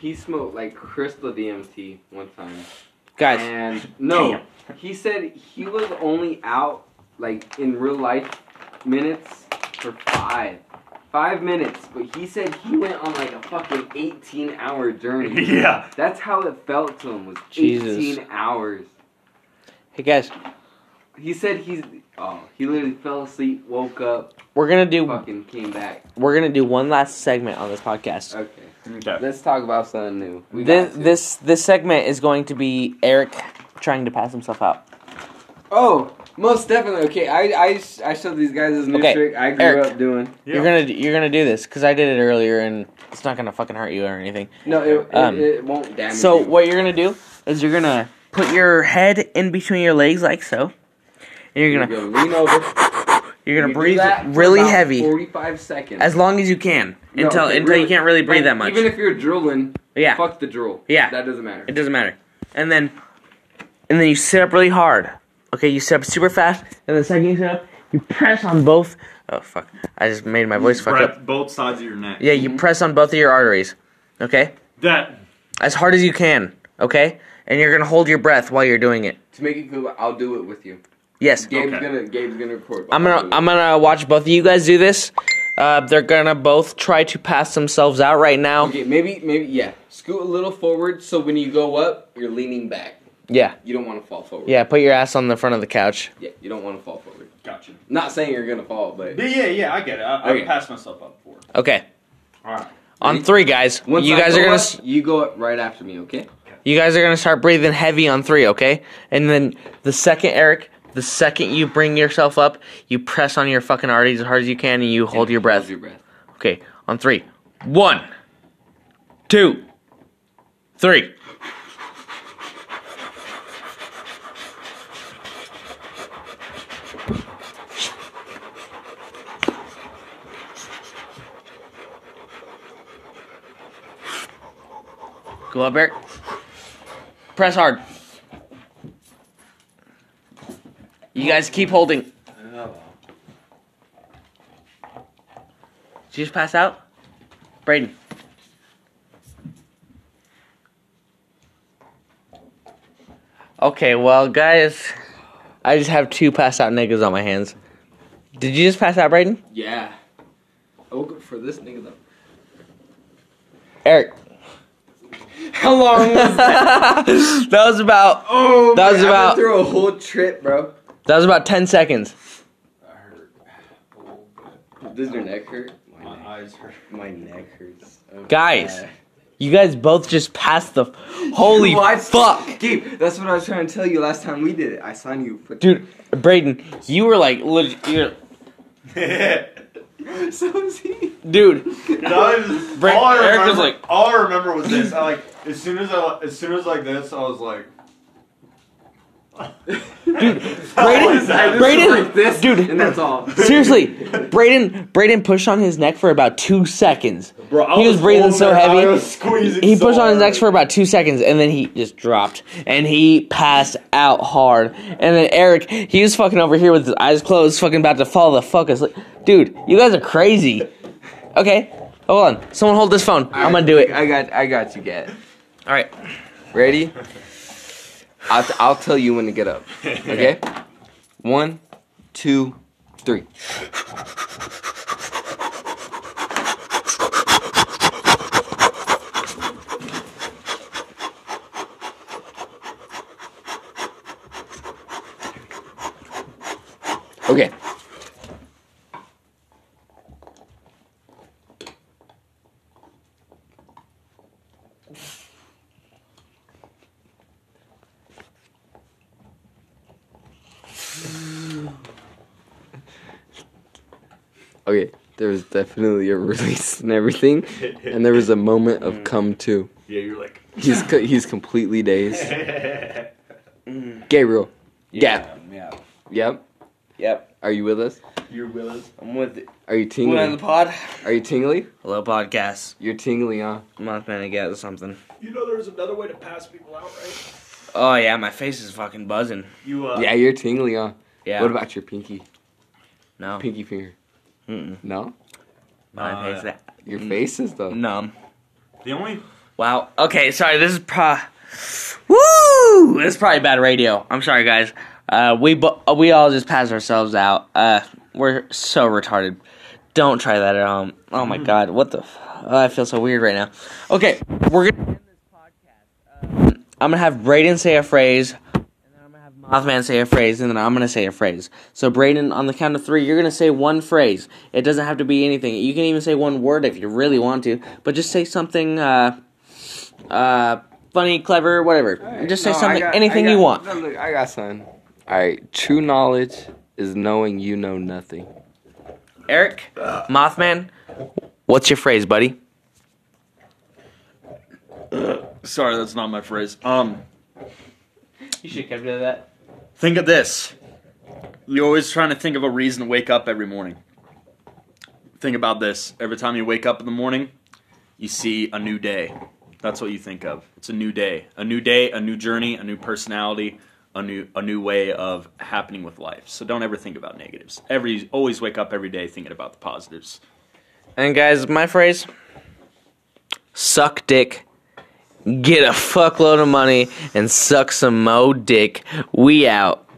Speaker 3: he smoked like crystal DMT one time.
Speaker 2: Guys,
Speaker 3: And no, he said he was only out like in real life minutes for five. Five minutes, but he said he went on like a fucking 18 hour journey.
Speaker 4: yeah.
Speaker 3: That's how it felt to him was
Speaker 2: Jesus.
Speaker 3: 18 hours.
Speaker 2: hey guys,
Speaker 3: He said he's oh, he literally fell asleep, woke up,
Speaker 2: we're gonna do
Speaker 3: fucking came back.
Speaker 2: we're gonna do one last segment on this podcast.
Speaker 3: Okay.
Speaker 4: Okay.
Speaker 3: Let's talk about something new. We
Speaker 2: This
Speaker 3: got to.
Speaker 2: this this segment is going to be Eric trying to pass himself out.
Speaker 3: Oh, most definitely. Okay, I I sh- I showed these guys this new
Speaker 2: Okay,
Speaker 3: trick I grew
Speaker 2: Eric.
Speaker 3: up doing.
Speaker 2: You're gonna do- you're gonna do this because I did it earlier and it's not gonna fucking hurt you or anything.
Speaker 3: No, it, it,
Speaker 2: Um,
Speaker 3: it won't damage.
Speaker 2: So
Speaker 3: you.
Speaker 2: what you're gonna do is you're gonna put your head in between your legs like so, and you're
Speaker 3: You're
Speaker 2: gonna
Speaker 3: gonna lean over.
Speaker 2: you're gonna
Speaker 3: You do
Speaker 2: breathe
Speaker 3: that for
Speaker 2: really
Speaker 3: about
Speaker 2: heavy
Speaker 3: Forty-five seconds.
Speaker 2: as long as you can
Speaker 3: No,
Speaker 2: until
Speaker 3: okay,
Speaker 2: until
Speaker 3: really.
Speaker 2: you can't really breathe that
Speaker 3: Like,
Speaker 2: much.
Speaker 3: Even if you're drooling,
Speaker 2: yeah,
Speaker 3: fuck the drool.
Speaker 2: Yeah.
Speaker 3: that doesn't matter.
Speaker 2: it doesn't matter. And then and then you sit up really hard. Okay, you sit up super fast, and the second you sit up, you press on both. Oh fuck! I just made my voice fuck up.
Speaker 4: both sides of your neck.
Speaker 2: Yeah,
Speaker 3: Mm-hmm.
Speaker 2: you press on both of your arteries. Okay,
Speaker 4: That
Speaker 2: as hard as you can. Okay, and you're gonna hold your breath while you're doing it.
Speaker 3: To make it cool, I'll do it with you.
Speaker 2: Yes.
Speaker 3: Gabe's
Speaker 4: Okay.
Speaker 3: gonna Gabe's gonna record.
Speaker 2: I'm gonna I'm gonna watch both of you guys do this. Uh, they're gonna both try to pass themselves out right now.
Speaker 3: Okay, maybe maybe yeah. Scoot a little forward so when you go up, you're leaning back.
Speaker 2: Yeah,
Speaker 3: You don't want to fall forward.
Speaker 2: yeah. Put your ass on the front of the couch.
Speaker 3: Yeah, you don't want to fall forward.
Speaker 4: gotcha.
Speaker 3: Not saying you're gonna fall, but
Speaker 4: But yeah, yeah, I get it. I,
Speaker 3: Okay.
Speaker 4: I passed myself up for.
Speaker 2: Okay,
Speaker 4: All right.
Speaker 2: on
Speaker 3: Ready?
Speaker 2: three, guys.
Speaker 3: once
Speaker 2: you
Speaker 3: I
Speaker 2: guys
Speaker 3: go
Speaker 2: are gonna
Speaker 3: up,
Speaker 2: s-
Speaker 3: you go up right after me, okay?
Speaker 2: you guys are gonna start breathing heavy on three, okay? And then the second Eric, the second you bring yourself up, you press on your fucking arteries as hard as you can, and you hold your breath.
Speaker 3: Hold your breath.
Speaker 2: Okay, on three. One, two, three. Go up, Eric. Press hard. You guys keep holding. Did you just pass out? Braden. Okay, well, guys, I just have two passed out niggas on my hands. Did you just pass out, Braden?
Speaker 3: Yeah. I woke up for this nigga though.
Speaker 2: Eric.
Speaker 3: How long was that?
Speaker 2: that was about
Speaker 3: oh,
Speaker 2: That was
Speaker 3: man, I've
Speaker 2: about-
Speaker 3: been through a whole trip, bro.
Speaker 2: that was about ten seconds.
Speaker 3: Does your neck hurt? My neck,
Speaker 4: eyes hurt.
Speaker 3: my neck hurts. Oh,
Speaker 2: Guys.
Speaker 3: God.
Speaker 2: You guys both just passed the holy
Speaker 3: What?
Speaker 2: fuck,
Speaker 3: Gabe, that's what I was trying to tell you last time we did it. I saw you, put-
Speaker 2: dude. Braden, you were like, legit, you're,
Speaker 3: so was he.
Speaker 2: dude.
Speaker 4: And I was,
Speaker 2: Brent-
Speaker 4: all I
Speaker 2: Eric
Speaker 4: remember,
Speaker 2: was like-
Speaker 4: all I remember was this. I like as soon as I as soon as like this, I was like,
Speaker 2: Braden,
Speaker 3: I just like
Speaker 2: Braden,
Speaker 3: this,
Speaker 2: dude.
Speaker 3: and that's all.
Speaker 2: seriously, Braden, Braden pushed on his neck for about two seconds.
Speaker 5: Bro, I
Speaker 2: he was, breathing
Speaker 5: holding
Speaker 2: so
Speaker 5: her,
Speaker 2: heavy.
Speaker 5: I was squeezing
Speaker 2: he
Speaker 5: so
Speaker 2: pushed on his
Speaker 5: hard.
Speaker 2: neck for about two seconds and then he just dropped and he passed out hard and then eric he was fucking over here with his eyes closed fucking about to fall the fuck asleep dude you guys are crazy okay hold on someone hold this phone i'm gonna do it all
Speaker 3: I got, I got you, Gat.
Speaker 2: right
Speaker 3: Ready? I'll, t- I'll tell you when to get up. Okay? One, two, three. Okay. Okay. There was definitely a release and everything, and there was a moment of come to.
Speaker 4: Yeah, you're like.
Speaker 3: He's co- he's completely dazed. Gabriel. Yeah.
Speaker 6: Yeah.
Speaker 3: Yep.
Speaker 6: Yep.
Speaker 3: Are you with us?
Speaker 5: You're with us.
Speaker 6: I'm with it.
Speaker 3: Are you
Speaker 6: We're on the
Speaker 3: tingly?
Speaker 6: pod.
Speaker 3: Are you tingly?
Speaker 2: hello podcast
Speaker 3: You're tingly, huh?
Speaker 2: i'm not gonna get something
Speaker 5: You know there's another way to pass people out, right?
Speaker 2: oh yeah my face is fucking buzzing
Speaker 4: You, uh,
Speaker 3: Yeah, you're tingly, huh?
Speaker 2: yeah
Speaker 3: What about your pinky?
Speaker 2: no
Speaker 3: Pinky finger?
Speaker 2: Mm-mm.
Speaker 3: No?
Speaker 2: my face
Speaker 3: Your face is
Speaker 2: is
Speaker 3: though.
Speaker 2: numb
Speaker 4: uh, The only.
Speaker 2: Wow. Okay, sorry. This is pro. Woo! This is probably bad radio. I'm sorry, guys. Uh, we bo- uh, we all just passed ourselves out. Uh, we're so retarded. Don't try that at home. Oh my god, what the? F- oh, I feel so weird right now. Okay, we're gonna end this podcast. Um, I'm gonna have Braden say a phrase, and then I'm gonna have Mothman say a phrase, and then I'm gonna say a phrase. So Braden, on the count of three, you're gonna say one phrase. It doesn't have to be anything. You can even say one word if you really want to, but just say something. Uh, uh, funny, clever, whatever. Just say
Speaker 3: No, I
Speaker 2: something,
Speaker 3: got-
Speaker 2: anything
Speaker 3: I
Speaker 2: you
Speaker 3: got-
Speaker 2: want.
Speaker 3: no, look, I got something. All right. True knowledge is knowing you know nothing.
Speaker 2: Eric, Mothman, what's your phrase, buddy?
Speaker 6: Uh, Sorry, that's not my phrase. Um,
Speaker 2: You should have kept it that.
Speaker 6: think of this. You're always trying to think of a reason to wake up every morning. Think about this. Every time you wake up in the morning, you see a new day. That's what you think of. It's a new day. A new day, a new journey, a new personality, a new a new way of happening with life. So don't ever think about negatives. Every always wake up every day thinking about the positives.
Speaker 2: And guys, my phrase: suck dick, get a fuckload of money, and suck some mo dick. We out.